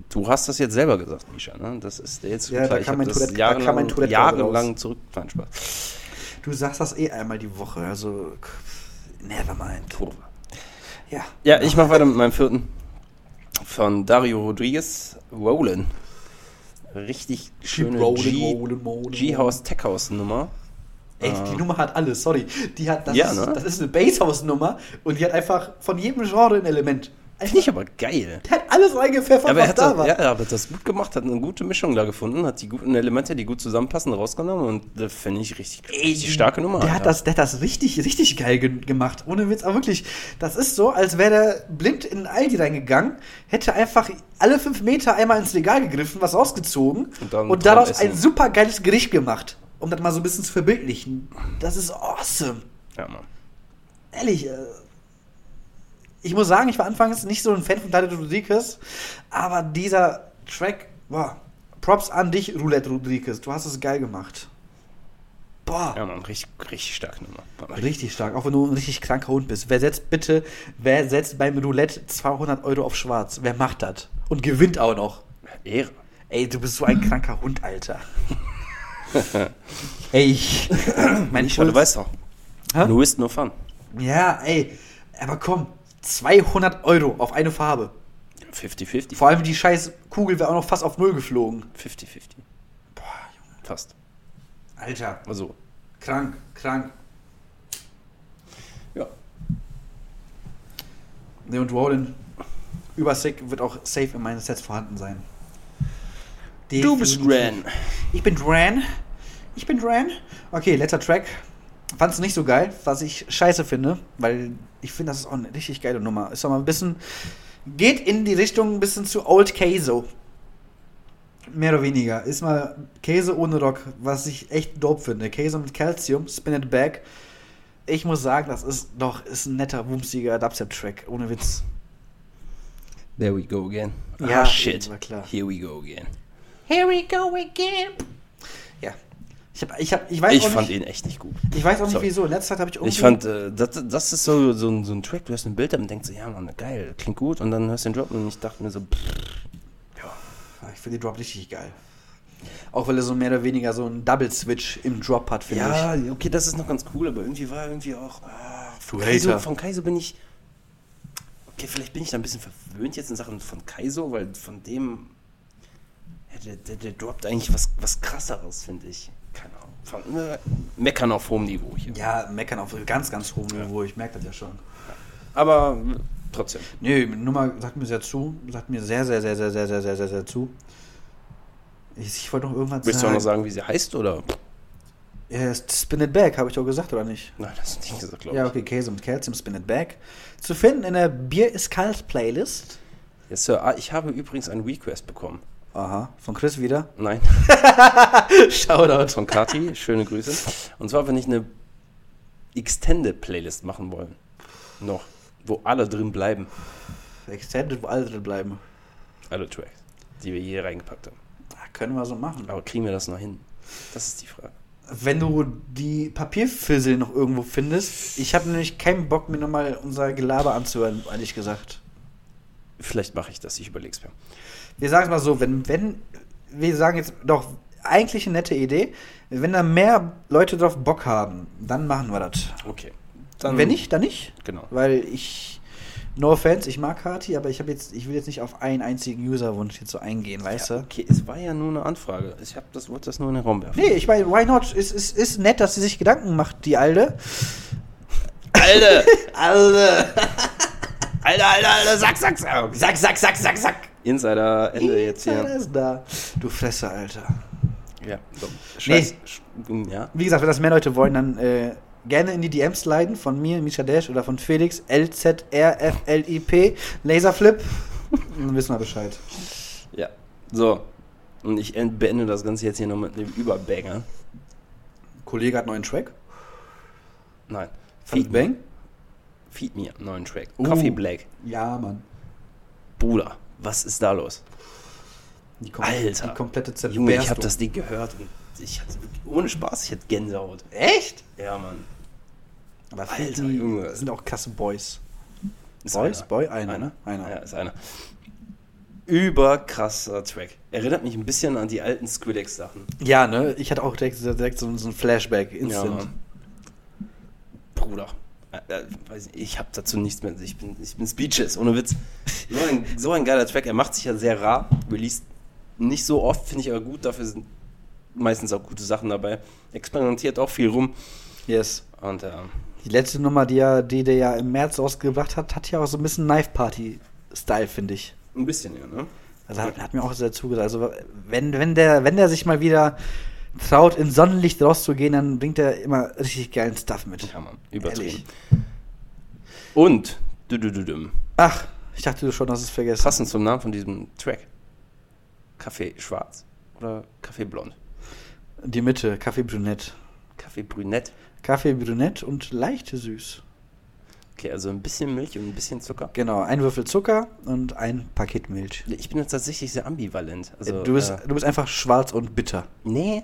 Speaker 2: Du hast das jetzt selber gesagt, Misha, ne? Das ist jetzt
Speaker 1: Ja, da
Speaker 2: ich
Speaker 1: kam
Speaker 2: hab
Speaker 1: mein
Speaker 2: das
Speaker 1: Tourette- da kam
Speaker 2: jahrelang,
Speaker 1: mein Tourette
Speaker 2: jahrelang zurück. Nein, Spaß.
Speaker 1: Du sagst das eh einmal die Woche, also pff, never mind.
Speaker 2: Kurve.
Speaker 1: Ja.
Speaker 2: Ja, ich mache weiter mit meinem vierten. Von Dario Rodriguez, Rollin. Richtig schöne
Speaker 1: Rollin,
Speaker 2: G-
Speaker 1: Rollin, Rollin,
Speaker 2: G-House, Tech-House-Nummer.
Speaker 1: Ey, die Nummer hat alles, sorry. Die hat, das,
Speaker 2: Ja,
Speaker 1: ist,
Speaker 2: ne?
Speaker 1: das ist eine Basshouse-Nummer und die hat einfach von jedem Genre ein Element.
Speaker 2: Finde ich aber geil.
Speaker 1: Der hat alles reingepfeffert,
Speaker 2: Aber er
Speaker 1: was
Speaker 2: hat,
Speaker 1: da war.
Speaker 2: da, ja, aber das gut gemacht, hat eine gute Mischung da gefunden, hat die guten Elemente, die gut zusammenpassen, rausgenommen und das finde ich richtig, richtig starke Nummer.
Speaker 1: Der
Speaker 2: Alter.
Speaker 1: hat, das, der hat das richtig, richtig geil ge gemacht. Ohne Witz, aber wirklich. Das ist so, als wäre der blind in den Aldi reingegangen, hätte einfach alle fünf Meter einmal ins Regal gegriffen, was rausgezogen
Speaker 2: Und
Speaker 1: und,
Speaker 2: dann
Speaker 1: daraus
Speaker 2: drauf essen.
Speaker 1: ein super geiles Gericht gemacht. Um das mal so ein bisschen zu verbildlichen. Das ist awesome.
Speaker 2: Ja, Mann.
Speaker 1: Ehrlich. äh, Ich muss sagen, ich war anfangs nicht so ein Fan von Dario Rodriguez, aber dieser Track, boah, Props an dich, Roulette Rodriguez. Du hast es geil gemacht. Boah.
Speaker 2: Ja, Mann, richtig, richtig starke Nummer. War mal richtig-
Speaker 1: Richtig stark, auch wenn du ein richtig kranker Hund bist. Wer setzt bitte, wer setzt beim Roulette 200 Euro auf schwarz? Wer macht das? Und gewinnt auch noch.
Speaker 2: Ehre.
Speaker 1: Ey, du bist so ein kranker Hund, Alter. ey, ich. Mein
Speaker 2: Nicht, aber du
Speaker 1: Puls-
Speaker 2: weißt doch.
Speaker 1: Hä?
Speaker 2: No ist no fun.
Speaker 1: Ja, ey. Aber komm, 200 Euro auf eine Farbe.
Speaker 2: 50-50.
Speaker 1: Vor allem die scheiß Kugel wäre auch noch fast auf Null geflogen.
Speaker 2: 50-50. Boah, Junge. Fast.
Speaker 1: Alter,
Speaker 2: Also,
Speaker 1: krank, krank.
Speaker 2: ja.
Speaker 1: Ne, und Roland über Sick wird auch safe in meinen Sets vorhanden sein.
Speaker 2: Du bist
Speaker 1: Definitiv.
Speaker 2: Ren.
Speaker 1: Ich bin Dran. Ich bin Dran. Okay, letzter Track. Fand's nicht so geil, was ich scheiße finde, weil ich finde, das ist auch eine richtig geile Nummer. Ist doch mal ein bisschen. Geht in die Richtung ein bisschen zu Old Queso. Mehr oder weniger. Ist mal Käse ohne Rock, was ich echt dope finde. Käse mit Calcium, Spin It Back. Ich muss sagen, das ist doch ist ein netter, wumsiger Dubstep-Track. Ohne Witz.
Speaker 2: There we go again.
Speaker 1: Ja,
Speaker 2: ah, shit.
Speaker 1: eben, war klar.
Speaker 2: Here we go again.
Speaker 1: Ja. Ich, hab, ich, hab, ich weiß
Speaker 2: Ich
Speaker 1: auch
Speaker 2: fand
Speaker 1: nicht,
Speaker 2: ihn echt nicht gut.
Speaker 1: ich weiß auch nicht
Speaker 2: Sorry.
Speaker 1: wieso. In letzter Zeit habe ich irgendwie.
Speaker 2: Ich fand, äh, das, das ist so, so, ein, so ein Track, du hast ein Bild damit und denkst, so, ja, Mann, geil, klingt gut. Und dann hörst du den Drop und ich dachte mir so, pff,
Speaker 1: Ah, Ich finde den Drop richtig geil. Auch weil er so mehr oder weniger so einen Double-Switch im Drop hat, finde
Speaker 2: ja, okay, das ist noch ganz cool, aber irgendwie war irgendwie auch, ah, von,
Speaker 1: Du
Speaker 2: Kaiso,
Speaker 1: Hater.
Speaker 2: von Kaiso bin ich, okay, vielleicht bin ich da ein bisschen verwöhnt jetzt in Sachen von Kaiso, weil von dem, ja, der, der, der droppt eigentlich was, was krasseres, finde ich. Keine Ahnung. Von, äh, meckern auf hohem Niveau hier.
Speaker 1: ich. Ja, meckern auf ganz, ganz hohem Niveau. Ich merke das ja schon.
Speaker 2: Aber mh, trotzdem.
Speaker 1: Nö, die Nummer sagt mir sehr zu. Sagt mir sehr, sehr, sehr, sehr, sehr, sehr, sehr, sehr, sehr zu. Ich, ich wollte noch irgendwas
Speaker 2: Willst du auch noch sagen, wie sie heißt, oder?
Speaker 1: Ja, spin it back, habe ich doch gesagt, oder nicht?
Speaker 2: Nein, das hast du nicht gesagt, glaube ich.
Speaker 1: Ja, okay, Käse mit Calcium, Spin it back. Zu finden in der Bier ist kalt Playlist.
Speaker 2: Ja, Sir, ah, ich habe übrigens einen Request bekommen.
Speaker 1: Aha, von Chris wieder.
Speaker 2: Nein,
Speaker 1: Shoutout.
Speaker 2: von Kati, schöne Grüße. Und zwar, wenn ich eine Extended-Playlist machen wollen. Noch. Wo alle drin bleiben.
Speaker 1: Extended, wo alle drin bleiben.
Speaker 2: Alle Tracks, die wir hier reingepackt haben.
Speaker 1: Ah, können wir so machen.
Speaker 2: Aber kriegen wir das noch hin? Das ist die Frage.
Speaker 1: wenn du die Papierfüssel noch irgendwo findest. Ich habe nämlich keinen Bock, mir nochmal unser Gelaber anzuhören, ehrlich gesagt.
Speaker 2: Vielleicht mache ich das, ich überleg's mir.
Speaker 1: Wir sagen es mal so, wenn, wenn, wir sagen jetzt doch, eigentlich eine nette Idee. Wenn da mehr Leute drauf Bock haben, dann machen wir das.
Speaker 2: Okay.
Speaker 1: Wenn nicht, dann nicht.
Speaker 2: Genau.
Speaker 1: Weil ich, no offense, ich mag Kati, aber ich habe jetzt, ich will jetzt nicht auf einen einzigen Userwunsch jetzt so eingehen, weißt
Speaker 2: Ja,
Speaker 1: du?
Speaker 2: okay, es war ja nur eine Anfrage. Ich hab das, wollte das nur in den Raum werfen.
Speaker 1: Nee, ich meine, why not? Es ist, ist, ist nett, dass sie sich Gedanken macht, die Alde.
Speaker 2: Alter!
Speaker 1: Alde!
Speaker 2: Alter, Alter, Alter, sack, sack, sack!
Speaker 1: Sack, sack, sack, sack, sack!
Speaker 2: Insider, Ende jetzt
Speaker 1: Insider
Speaker 2: hier.
Speaker 1: ist da. Du Fresse, Alter.
Speaker 2: Ja. So.
Speaker 1: Nee.
Speaker 2: Scheiß. Sch- Ja.
Speaker 1: Wie gesagt, wenn das mehr Leute wollen, dann äh, gerne in die DMs leiten von mir, Misha Dash oder von Felix, LZRFLIP, Laserflip. Dann wissen wir Bescheid.
Speaker 2: Ja. So. Und ich end- beende das Ganze jetzt hier noch mit einem Überbanger.
Speaker 1: Kollege hat neuen Track.
Speaker 2: Nein.
Speaker 1: Feed Bang.
Speaker 2: Feed Me, neuen Track.
Speaker 1: Uh.
Speaker 2: Coffee Black.
Speaker 1: Ja, Mann.
Speaker 2: Bruder, was ist da los?
Speaker 1: Die
Speaker 2: Alter.
Speaker 1: Die komplette
Speaker 2: Junge, ich habe
Speaker 1: Zerberstung.
Speaker 2: das Ding gehört und ich hatte wirklich- ohne Spaß, ich hatte Gänsehaut.
Speaker 1: Echt?
Speaker 2: Ja, Mann.
Speaker 1: Aber
Speaker 2: Alter,
Speaker 1: Alter,
Speaker 2: Junge.
Speaker 1: sind auch krasse Boys.
Speaker 2: Ist
Speaker 1: Boys?
Speaker 2: einer.
Speaker 1: Boy? Einer, ne?
Speaker 2: Einer.
Speaker 1: Einer.
Speaker 2: Ja, ist einer. Überkrasser Track. Erinnert mich ein bisschen an die alten Skrillex-Sachen.
Speaker 1: Ja, ne? Ich hatte auch direkt, direkt so, so ein Flashback. Instant.
Speaker 2: Mann. Bruder. Äh, äh, weiß nicht, Ich habe dazu nichts mehr. Ich bin, ich bin speechless, ohne Witz. So ein, so ein geiler Track. Er macht sich ja sehr rar. Released nicht so oft, finde ich aber gut. Dafür sind meistens auch gute Sachen dabei. Experimentiert auch viel rum.
Speaker 1: yes.
Speaker 2: Und äh,
Speaker 1: Die letzte Nummer, die, er, die der ja im März rausgebracht hat, hat ja auch so ein bisschen Knife Party-Style, finde ich.
Speaker 2: ein bisschen, ja, ne?
Speaker 1: Also hat, hat mir auch sehr zugesagt. Also wenn, wenn, der, wenn der sich mal wieder traut, ins Sonnenlicht rauszugehen, dann bringt er immer richtig geilen Stuff mit.
Speaker 2: Ja, Mann. Übertrieben.
Speaker 1: Ehrlich.
Speaker 2: Und, du, du, du, dum.
Speaker 1: Ach, ich dachte schon, dass es vergessen.
Speaker 2: passend zum Namen von diesem Track: Kaffee Schwarz oder Kaffee Blond?
Speaker 1: Die Mitte, Kaffee Brunett.
Speaker 2: Kaffee Brünett.
Speaker 1: Kaffee Brunett und leicht süß.
Speaker 2: Okay, also ein bisschen Milch und ein bisschen Zucker.
Speaker 1: Genau, ein Würfel Zucker und ein Paket Milch.
Speaker 2: Ich bin jetzt tatsächlich sehr ambivalent. Also,
Speaker 1: du, bist,
Speaker 2: Äh,
Speaker 1: du bist einfach schwarz und bitter.
Speaker 2: nee.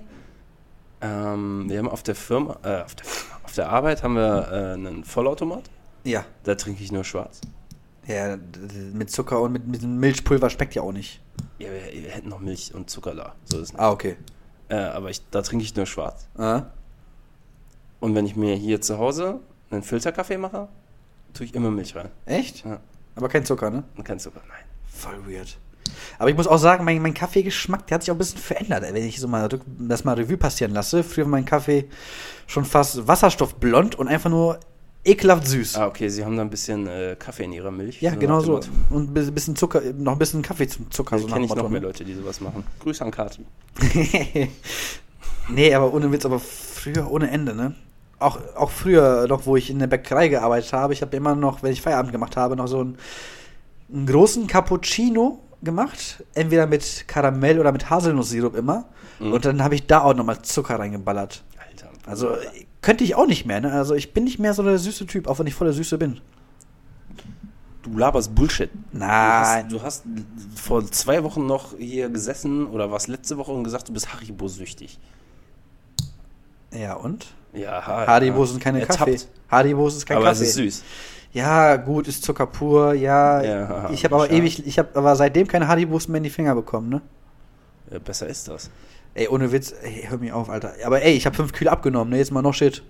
Speaker 2: Ähm, wir haben auf der Firma, äh, auf der, Firma, auf der Arbeit haben wir äh, einen Vollautomat.
Speaker 1: Ja.
Speaker 2: Da trinke ich nur schwarz.
Speaker 1: Ja, d- d- mit Zucker und mit, mit dem Milchpulver schmeckt ja auch nicht.
Speaker 2: Ja, wir, wir hätten noch Milch und Zucker da. So ist es nicht.
Speaker 1: Ah, okay.
Speaker 2: Äh, aber ich, da trinke ich nur schwarz.
Speaker 1: Ah.
Speaker 2: Und wenn ich mir hier zu Hause einen Filterkaffee mache, tue ich immer Milch rein.
Speaker 1: Echt?
Speaker 2: Ja.
Speaker 1: Aber kein Zucker, ne?
Speaker 2: Und kein Zucker, nein.
Speaker 1: Voll weird. Aber ich muss auch sagen, mein, mein Kaffeegeschmack, der hat sich auch ein bisschen verändert. Wenn ich so mal rück- das mal Revue passieren lasse, früher war mein Kaffee schon fast wasserstoffblond und einfach nur ekelhaft süß.
Speaker 2: Ah, okay, sie haben da ein bisschen äh, Kaffee in ihrer Milch.
Speaker 1: ja,
Speaker 2: nach
Speaker 1: genau
Speaker 2: dem
Speaker 1: so.
Speaker 2: Motto.
Speaker 1: Und ein bi- bisschen Zucker, noch ein bisschen Kaffee zum Zucker.
Speaker 2: Also
Speaker 1: so nach
Speaker 2: kenne ich
Speaker 1: Motto,
Speaker 2: noch mehr
Speaker 1: ne?
Speaker 2: Leute, die sowas machen. Grüße an Kati.
Speaker 1: nee, aber ohne Witz, aber früher ohne Ende, ne? Auch, auch früher noch, wo ich in der Bäckerei gearbeitet habe, ich habe immer noch, wenn ich Feierabend gemacht habe, noch so einen, einen großen Cappuccino gemacht. Entweder mit Karamell oder mit Haselnusssirup immer.
Speaker 2: Mhm.
Speaker 1: Und dann habe ich da auch nochmal Zucker reingeballert.
Speaker 2: Alter.
Speaker 1: Also äh, könnte ich auch nicht mehr, ne? Also ich bin nicht mehr so der süße Typ, auch wenn ich voll der Süße bin.
Speaker 2: du laberst Bullshit.
Speaker 1: Nein.
Speaker 2: Du hast, du hast vor zwei Wochen noch hier gesessen oder warst letzte Woche und gesagt, du bist Haribo-süchtig.
Speaker 1: Ja, und?
Speaker 2: Ja, ha,
Speaker 1: Haribos sind keine
Speaker 2: Ertappt.
Speaker 1: Kaffee. Haribos ist kein
Speaker 2: Äh, Aber
Speaker 1: Kaffee.
Speaker 2: es ist süß.
Speaker 1: Ja, gut, ist Zucker pur, ja.
Speaker 2: Ja,
Speaker 1: ich habe aber
Speaker 2: schade.
Speaker 1: ewig, ich habe aber seitdem keine Haribos mehr in die Finger bekommen, ne?
Speaker 2: Ja, Äh, besser ist das.
Speaker 1: Ey, ohne Witz, ey, hör mich auf, Alter. Aber ey, ich habe fünf Kühe abgenommen, ne? Jetzt mal noch Shit.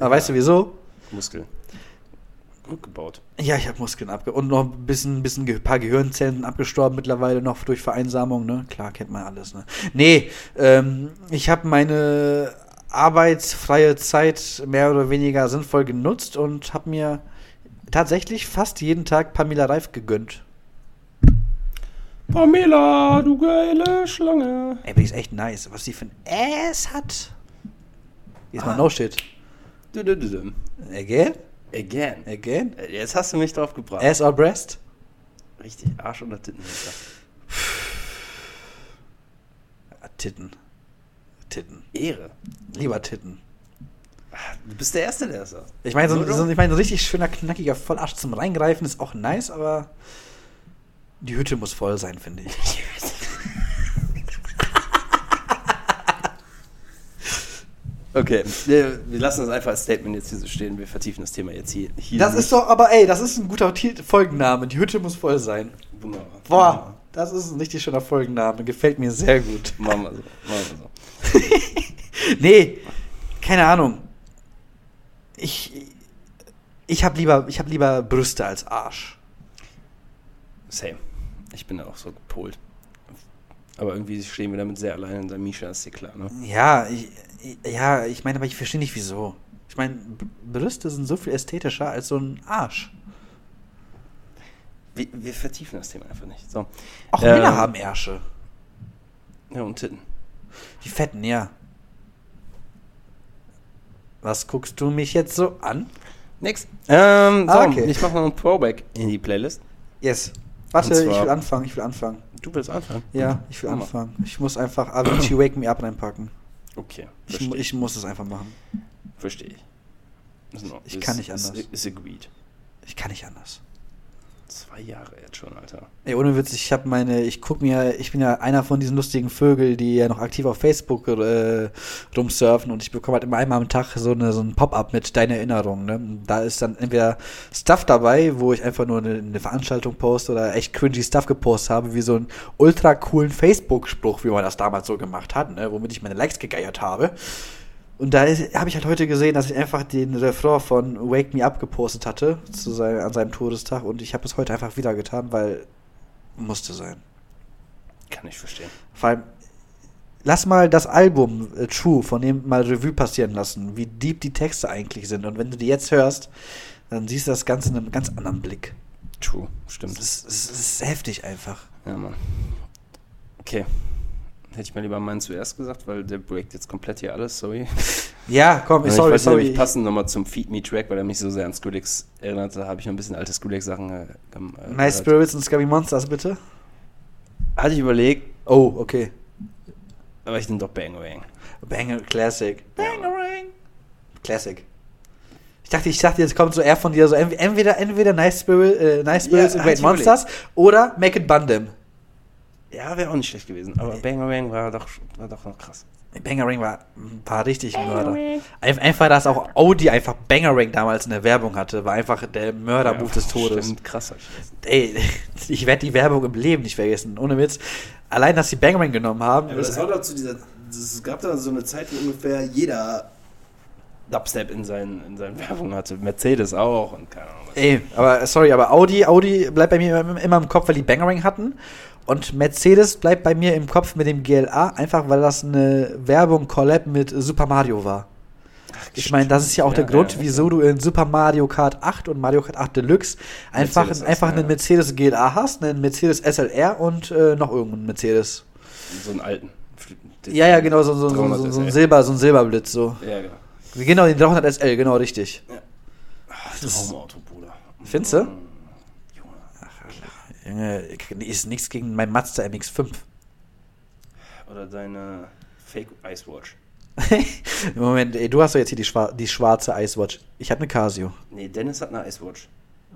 Speaker 1: Aber weißt du wieso?
Speaker 2: Muskel. Gut gebaut.
Speaker 1: Ja, ich habe Muskeln abgenommen. Und noch ein bisschen, bisschen Ge paar Gehirnzellen abgestorben mittlerweile noch durch Vereinsamung, ne? Klar, kennt man alles, ne? Nee, ähm, ich habe meine arbeitsfreie Zeit mehr oder weniger sinnvoll genutzt und habe mir tatsächlich fast jeden Tag Pamela Reif gegönnt.
Speaker 2: Pamela, du geile Schlange.
Speaker 1: Ey, aber die ist echt nice. Was die für ein Ass hat. Jetzt mal no shit.
Speaker 2: Du, du, du, du.
Speaker 1: Again?
Speaker 2: Again.
Speaker 1: Again?
Speaker 2: Äh, Jetzt hast du mich drauf gebracht.
Speaker 1: Ass or breast?
Speaker 2: Richtig, Arsch oder Titten.
Speaker 1: Ah, Titten. Titten.
Speaker 2: Ehre.
Speaker 1: Lieber Titten.
Speaker 2: Du bist der Erste, der es sagt.
Speaker 1: Ich meine, so,
Speaker 2: Nur
Speaker 1: so,
Speaker 2: du?
Speaker 1: ich meine, so ein richtig schöner, knackiger Vollarsch zum Reingreifen ist auch nice, aber die Hütte muss voll sein, finde ich.
Speaker 2: Okay, wir, wir lassen das einfach als Statement jetzt hier so stehen. Wir vertiefen das Thema jetzt hier. hier
Speaker 1: Das ist doch, aber ey, das ist ein guter Titel- Folgenname. Die Hütte muss voll sein.
Speaker 2: Wunderbar.
Speaker 1: Boah, das ist ein richtig schöner Folgenname. Gefällt mir sehr gut.
Speaker 2: Machen wir so. Machen wir so.
Speaker 1: Nee, keine Ahnung. Ich, ich habe lieber, ich hab lieber Brüste als Arsch.
Speaker 2: Same. Ich bin da auch so gepolt. Aber irgendwie stehen wir damit sehr alleine. Und der Misha ist hier klar, ne?
Speaker 1: Ja, ich, ich- ja, ich meine, aber ich verstehe nicht wieso. Ich meine, B- Brüste sind so viel ästhetischer als so ein Arsch.
Speaker 2: Wir, wir vertiefen das Thema einfach nicht. So.
Speaker 1: Auch
Speaker 2: Ähm,
Speaker 1: Männer haben Ärsche.
Speaker 2: Ja, und Titten.
Speaker 1: Die Fetten, ja. Was guckst du mich jetzt so an?
Speaker 2: Nix. Ähm, so,
Speaker 1: Ah, okay.
Speaker 2: ich mache noch einen Throwback in die Playlist.
Speaker 1: Yes. Warte,
Speaker 2: Und
Speaker 1: ich
Speaker 2: zwar-
Speaker 1: will anfangen, ich will anfangen.
Speaker 2: Du willst anfangen?
Speaker 1: Ja, ich will
Speaker 2: Mach mal.
Speaker 1: anfangen. Ich muss einfach Avicii Wake Me Up reinpacken.
Speaker 2: Okay,
Speaker 1: Ich,
Speaker 2: verstehe
Speaker 1: mu-
Speaker 2: ich.
Speaker 1: ich muss es einfach machen.
Speaker 2: Verstehe ich. Ist in Ordnung.
Speaker 1: Ich kann nicht
Speaker 2: Ist-
Speaker 1: anders.
Speaker 2: Ist, ist agreed.
Speaker 1: Ich kann nicht anders.
Speaker 2: Zwei Jahre jetzt schon, Alter.
Speaker 1: Ey, ohne Witz, ich habe meine, ich guck mir, ich bin ja einer von diesen lustigen Vögel, die ja noch aktiv auf Facebook äh, rumsurfen und ich bekomme halt immer einmal am Tag so, eine, so ein Pop-up mit deinen Erinnerungen. Ne? Und Da ist dann entweder Stuff dabei, wo ich einfach nur eine, eine Veranstaltung poste oder echt cringy Stuff gepostet habe, wie so einen ultra coolen Facebook-Spruch, wie man das damals so gemacht hat, ne? womit ich meine Likes gegeiert habe. Und da habe ich halt heute gesehen, dass ich einfach den Refrain von Wake Me Up gepostet hatte zu sein, an seinem Todestag und ich habe es heute einfach wieder getan, weil musste sein.
Speaker 2: Kann ich verstehen.
Speaker 1: Vor allem, lass mal das Album äh, True von dem mal Revue passieren lassen, wie deep die Texte eigentlich sind. Und wenn du die jetzt hörst, dann siehst du das Ganze in einem ganz anderen Blick.
Speaker 2: True,
Speaker 1: Es
Speaker 2: stimmt.
Speaker 1: ist, es ist heftig einfach.
Speaker 2: Ja, Mann. Okay. Hätte ich mal lieber meinen zuerst gesagt, weil der breakt jetzt komplett hier alles, sorry.
Speaker 1: Ja, komm,
Speaker 2: Aber
Speaker 1: sorry,
Speaker 2: ich weiß
Speaker 1: sorry.
Speaker 2: nämlich passend nochmal zum Feed Me Track, weil er mich so sehr an Skrillex erinnerte, habe ich noch ein bisschen alte Skrillex-Sachen äh, gem- äh,
Speaker 1: nice
Speaker 2: gehört.
Speaker 1: Spirits und Scary Monsters, bitte.
Speaker 2: Hatte ich überlegt,
Speaker 1: Oh, okay.
Speaker 2: aber ich nehme doch Bang Bang.
Speaker 1: Banger, Classic. Bangerang. Classic. Ich dachte, ich dachte, jetzt kommt so eher von dir so entwe- entweder, entweder Nice, Spirit, äh, nice Spirits
Speaker 2: Ja,
Speaker 1: und Great
Speaker 2: hatte ich überlegt.
Speaker 1: Monsters oder Make It Bundem.
Speaker 2: Ja, wäre auch nicht schlecht gewesen, aber Bang Bang war doch, war doch noch krass.
Speaker 1: Bangerang war, war richtig ein Mörder. Einf- Einfach, dass auch Audi einfach Bangerang damals in der Werbung hatte, war einfach der Mörderbuch
Speaker 2: Ja,
Speaker 1: des Todes.
Speaker 2: Stimmt, krass. hab ich vergessen.
Speaker 1: Ey, ich werde die Werbung im Leben nicht vergessen, ohne Witz. Allein, dass sie Bangerang genommen haben,
Speaker 3: Ja, aber
Speaker 1: ist
Speaker 3: das war doch zu dieser. Es gab da so eine Zeit, wo ungefähr jeder.
Speaker 2: Dubstep in seinen, in seinen Werbungen hatte. Mercedes auch und keine Ahnung. was.
Speaker 1: Ey, aber sorry, aber Audi, Audi bleibt bei mir immer- immer im Kopf, weil die Bangerang hatten. Und Mercedes bleibt bei mir im Kopf mit dem GLA, einfach weil das eine Werbung-Collab mit Super Mario war. Ich meine, das ist ja auch
Speaker 2: Ja,
Speaker 1: der
Speaker 2: ja,
Speaker 1: Grund,
Speaker 2: ja.
Speaker 1: wieso du in Super Mario Kart 8 und Mario Kart 8 Deluxe einfach,
Speaker 2: Mercedes hast,
Speaker 1: einfach
Speaker 2: ja,
Speaker 1: einen
Speaker 2: ja.
Speaker 1: Mercedes GLA hast, einen Mercedes SLR und äh, noch irgendeinen Mercedes.
Speaker 2: So einen alten.
Speaker 1: Ja, ja, genau, so, so, so, so, so, ein,
Speaker 2: 300
Speaker 1: Silber, so ein Silberblitz. So.
Speaker 2: Ja, genau.
Speaker 1: Genau, den 300 SL, genau richtig.
Speaker 2: Traumauto, Bruder.
Speaker 1: Findest du?
Speaker 2: Junge.
Speaker 1: Junge, ist nichts gegen mein Mazda MX5.
Speaker 2: Oder deine Fake Ice Watch.
Speaker 1: Moment, ey, du hast doch jetzt hier die, schwar die schwarze Icewatch. Ich habe eine Casio.
Speaker 2: Nee, Dennis hat eine Ice Watch.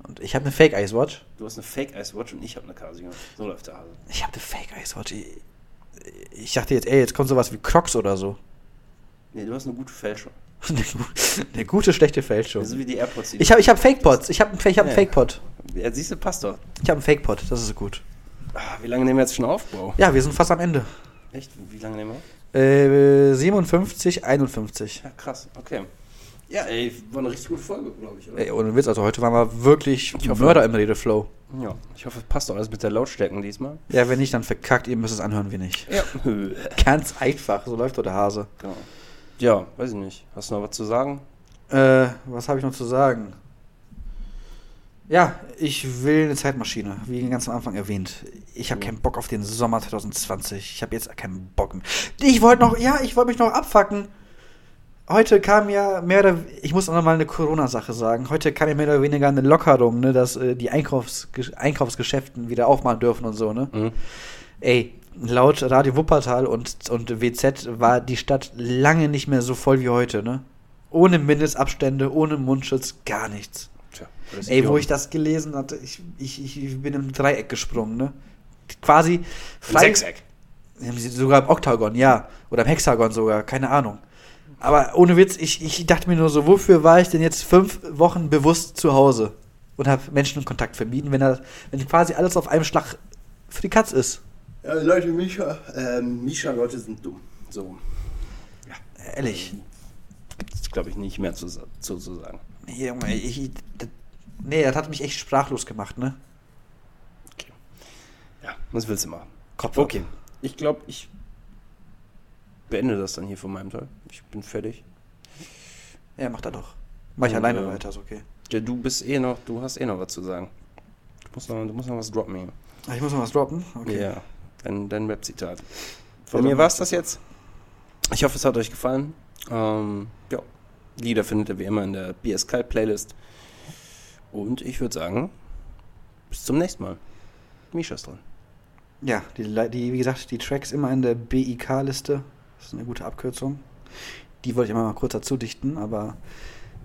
Speaker 1: Und ich habe eine Fake Icewatch.
Speaker 2: Du hast eine Fake Ice Watch und ich habe eine Casio. So läuft der Hase.
Speaker 1: Ich habe eine Fake Icewatch. Ich, ich dachte jetzt, ey, jetzt kommt sowas wie Crocs oder so.
Speaker 2: Nee, du hast eine gute Fälschung.
Speaker 1: eine, gu- eine gute, schlechte
Speaker 2: Das
Speaker 1: Fälschung.
Speaker 2: ist so wie die AirPods. Die
Speaker 1: Ich habe ich hab Fake Pods. Ich habe einen, Fa- ich hab einen
Speaker 2: Ja.
Speaker 1: Fake Pod.
Speaker 2: ja, siehst du, passt doch.
Speaker 1: Ich habe einen Fake Pod. Das ist gut.
Speaker 2: Ah, wie lange nehmen wir jetzt schon auf, Bro?
Speaker 1: Ja, wir sind fast am Ende.
Speaker 2: Echt? Wie lange nehmen wir auf?
Speaker 1: Äh, 57, 51.
Speaker 2: Ja, krass. Okay. Ja, ey, war eine richtig gute Folge, glaube ich, oder?
Speaker 1: Ey, ohne Witz, also heute waren wir wirklich
Speaker 2: Ich hoffe-
Speaker 1: Mörder im Redeflow.
Speaker 2: Ja, ich hoffe, es passt doch alles mit der Lautstärken diesmal.
Speaker 1: Ja, wenn nicht, dann verkackt. Ihr müsst es anhören, wir nicht.
Speaker 2: Ja.
Speaker 1: Ganz einfach. So läuft doch der Hase.
Speaker 2: Genau. Ja, weiß ich nicht. Hast du noch was zu sagen?
Speaker 1: Äh, was habe ich noch zu sagen? Ja, ich will eine Zeitmaschine, wie ganz am Anfang erwähnt. Ich habe keinen Bock auf den Sommer 2020. Ich habe jetzt keinen Bock mehr. Ich wollte noch, ja, ich wollte mich noch abfacken. Heute kam ja mehr oder ich muss auch noch mal eine Corona-Sache sagen. Heute kam ja mehr oder weniger eine Lockerung, ne, dass äh, die Einkaufs Einkaufsgeschäften wieder aufmachen dürfen und so, ne?
Speaker 2: Mhm.
Speaker 1: Ey, laut Radio Wuppertal und, und WZ war die Stadt lange nicht mehr so voll wie heute, ne? Ohne Mindestabstände, ohne Mundschutz, gar nichts.
Speaker 2: Tja, alles
Speaker 1: Ey, wo
Speaker 2: Idiot.
Speaker 1: ich das gelesen hatte, ich, ich, ich, ich bin im Dreieck gesprungen, ne? Quasi
Speaker 2: Im Sechseck.
Speaker 1: Haben sie Sogar im Oktagon, ja. Oder im Hexagon sogar, keine Ahnung. Aber ohne Witz, ich, ich dachte mir nur so, wofür war ich denn jetzt fünf Wochen bewusst zu Hause und habe Menschenkontakt vermieden, wenn, da, wenn quasi alles auf einem Schlag für die Katz ist?
Speaker 3: Ja, Leute, Misha. Ähm, Misha, Leute sind dumm.
Speaker 2: So,
Speaker 1: Ehrlich.
Speaker 2: gibt es, glaube ich, nicht mehr zu, zu, zu sagen.
Speaker 1: Nee, Junge, ich, ich, das, nee, das hat mich echt sprachlos gemacht, ne?
Speaker 2: Ja, was willst du machen?
Speaker 1: Kopf ab.
Speaker 2: Okay, ich glaube, ich beende das dann hier von meinem Teil. Ich bin fertig.
Speaker 1: Ja, mach da doch. Mach ich
Speaker 2: Und,
Speaker 1: alleine
Speaker 2: äh,
Speaker 1: weiter, ist okay.
Speaker 2: Ja, du bist eh noch, du hast eh noch was zu sagen. Du musst noch, du musst noch was droppen hier.
Speaker 1: Ah, Ich muss noch was droppen. Okay.
Speaker 2: Ja, dein, dein Rap-Zitat.
Speaker 1: Ja,
Speaker 2: Von
Speaker 1: dann
Speaker 2: mir war es das jetzt. Ich hoffe, es hat euch gefallen. Ähm, ja, Lieder findet ihr wie immer in der BS Kalt Playlist. Und ich würde sagen, bis zum nächsten Mal. Mischa ist dran.
Speaker 1: Ja, die, Le- die, wie gesagt, die Tracks immer in der BIK-Liste. Das ist eine gute Abkürzung. Die wollte ich immer mal kurz dazu dichten, aber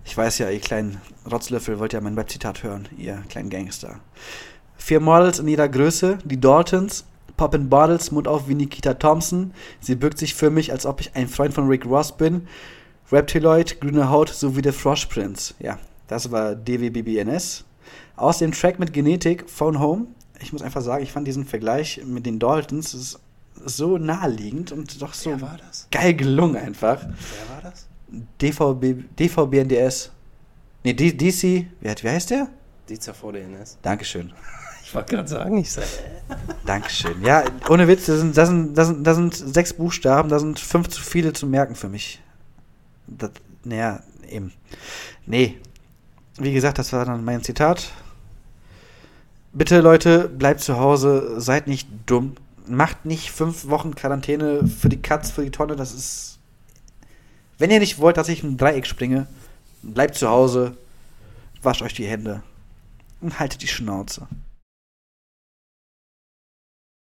Speaker 1: ich weiß ja, ihr kleinen Rotzlöffel wollt ja mein Webzitat hören, ihr kleinen Gangster. Vier Models in jeder Größe, die Daltons, Poppin' Bottles, Mund auf wie Nikita Thompson. Sie bückt sich für mich, als ob ich ein Freund von Rick Ross bin. Reptiloid, grüne Haut sowie der Froschprinz. Ja, das war DWBBNS. Aus dem Track mit Genetik, Phone Home. Ich muss einfach sagen, ich fand diesen Vergleich mit den Daltons das ist so naheliegend und doch so
Speaker 2: das?
Speaker 1: geil gelungen einfach.
Speaker 2: Wer war das?
Speaker 1: DVB, DVBNDS. Nee, D- DC. Wie, hat- wie heißt der?
Speaker 2: Dieter VDNS.
Speaker 1: Dankeschön.
Speaker 2: Ich wollte gerade sagen, ich sag.
Speaker 1: Dankeschön. Ja, ohne Witz, da sind, da sind, da sind, da sind sechs Buchstaben, da sind fünf zu viele zu merken für mich. Das, naja, eben. Nee. Wie gesagt, das war dann mein Zitat. Bitte, Leute, bleibt zu Hause, seid nicht dumm. Macht nicht fünf Wochen Quarantäne für die Katz, für die Tonne, das ist. Wenn ihr nicht wollt, dass ich ein Dreieck springe, bleibt zu Hause, wascht euch die Hände und haltet die Schnauze.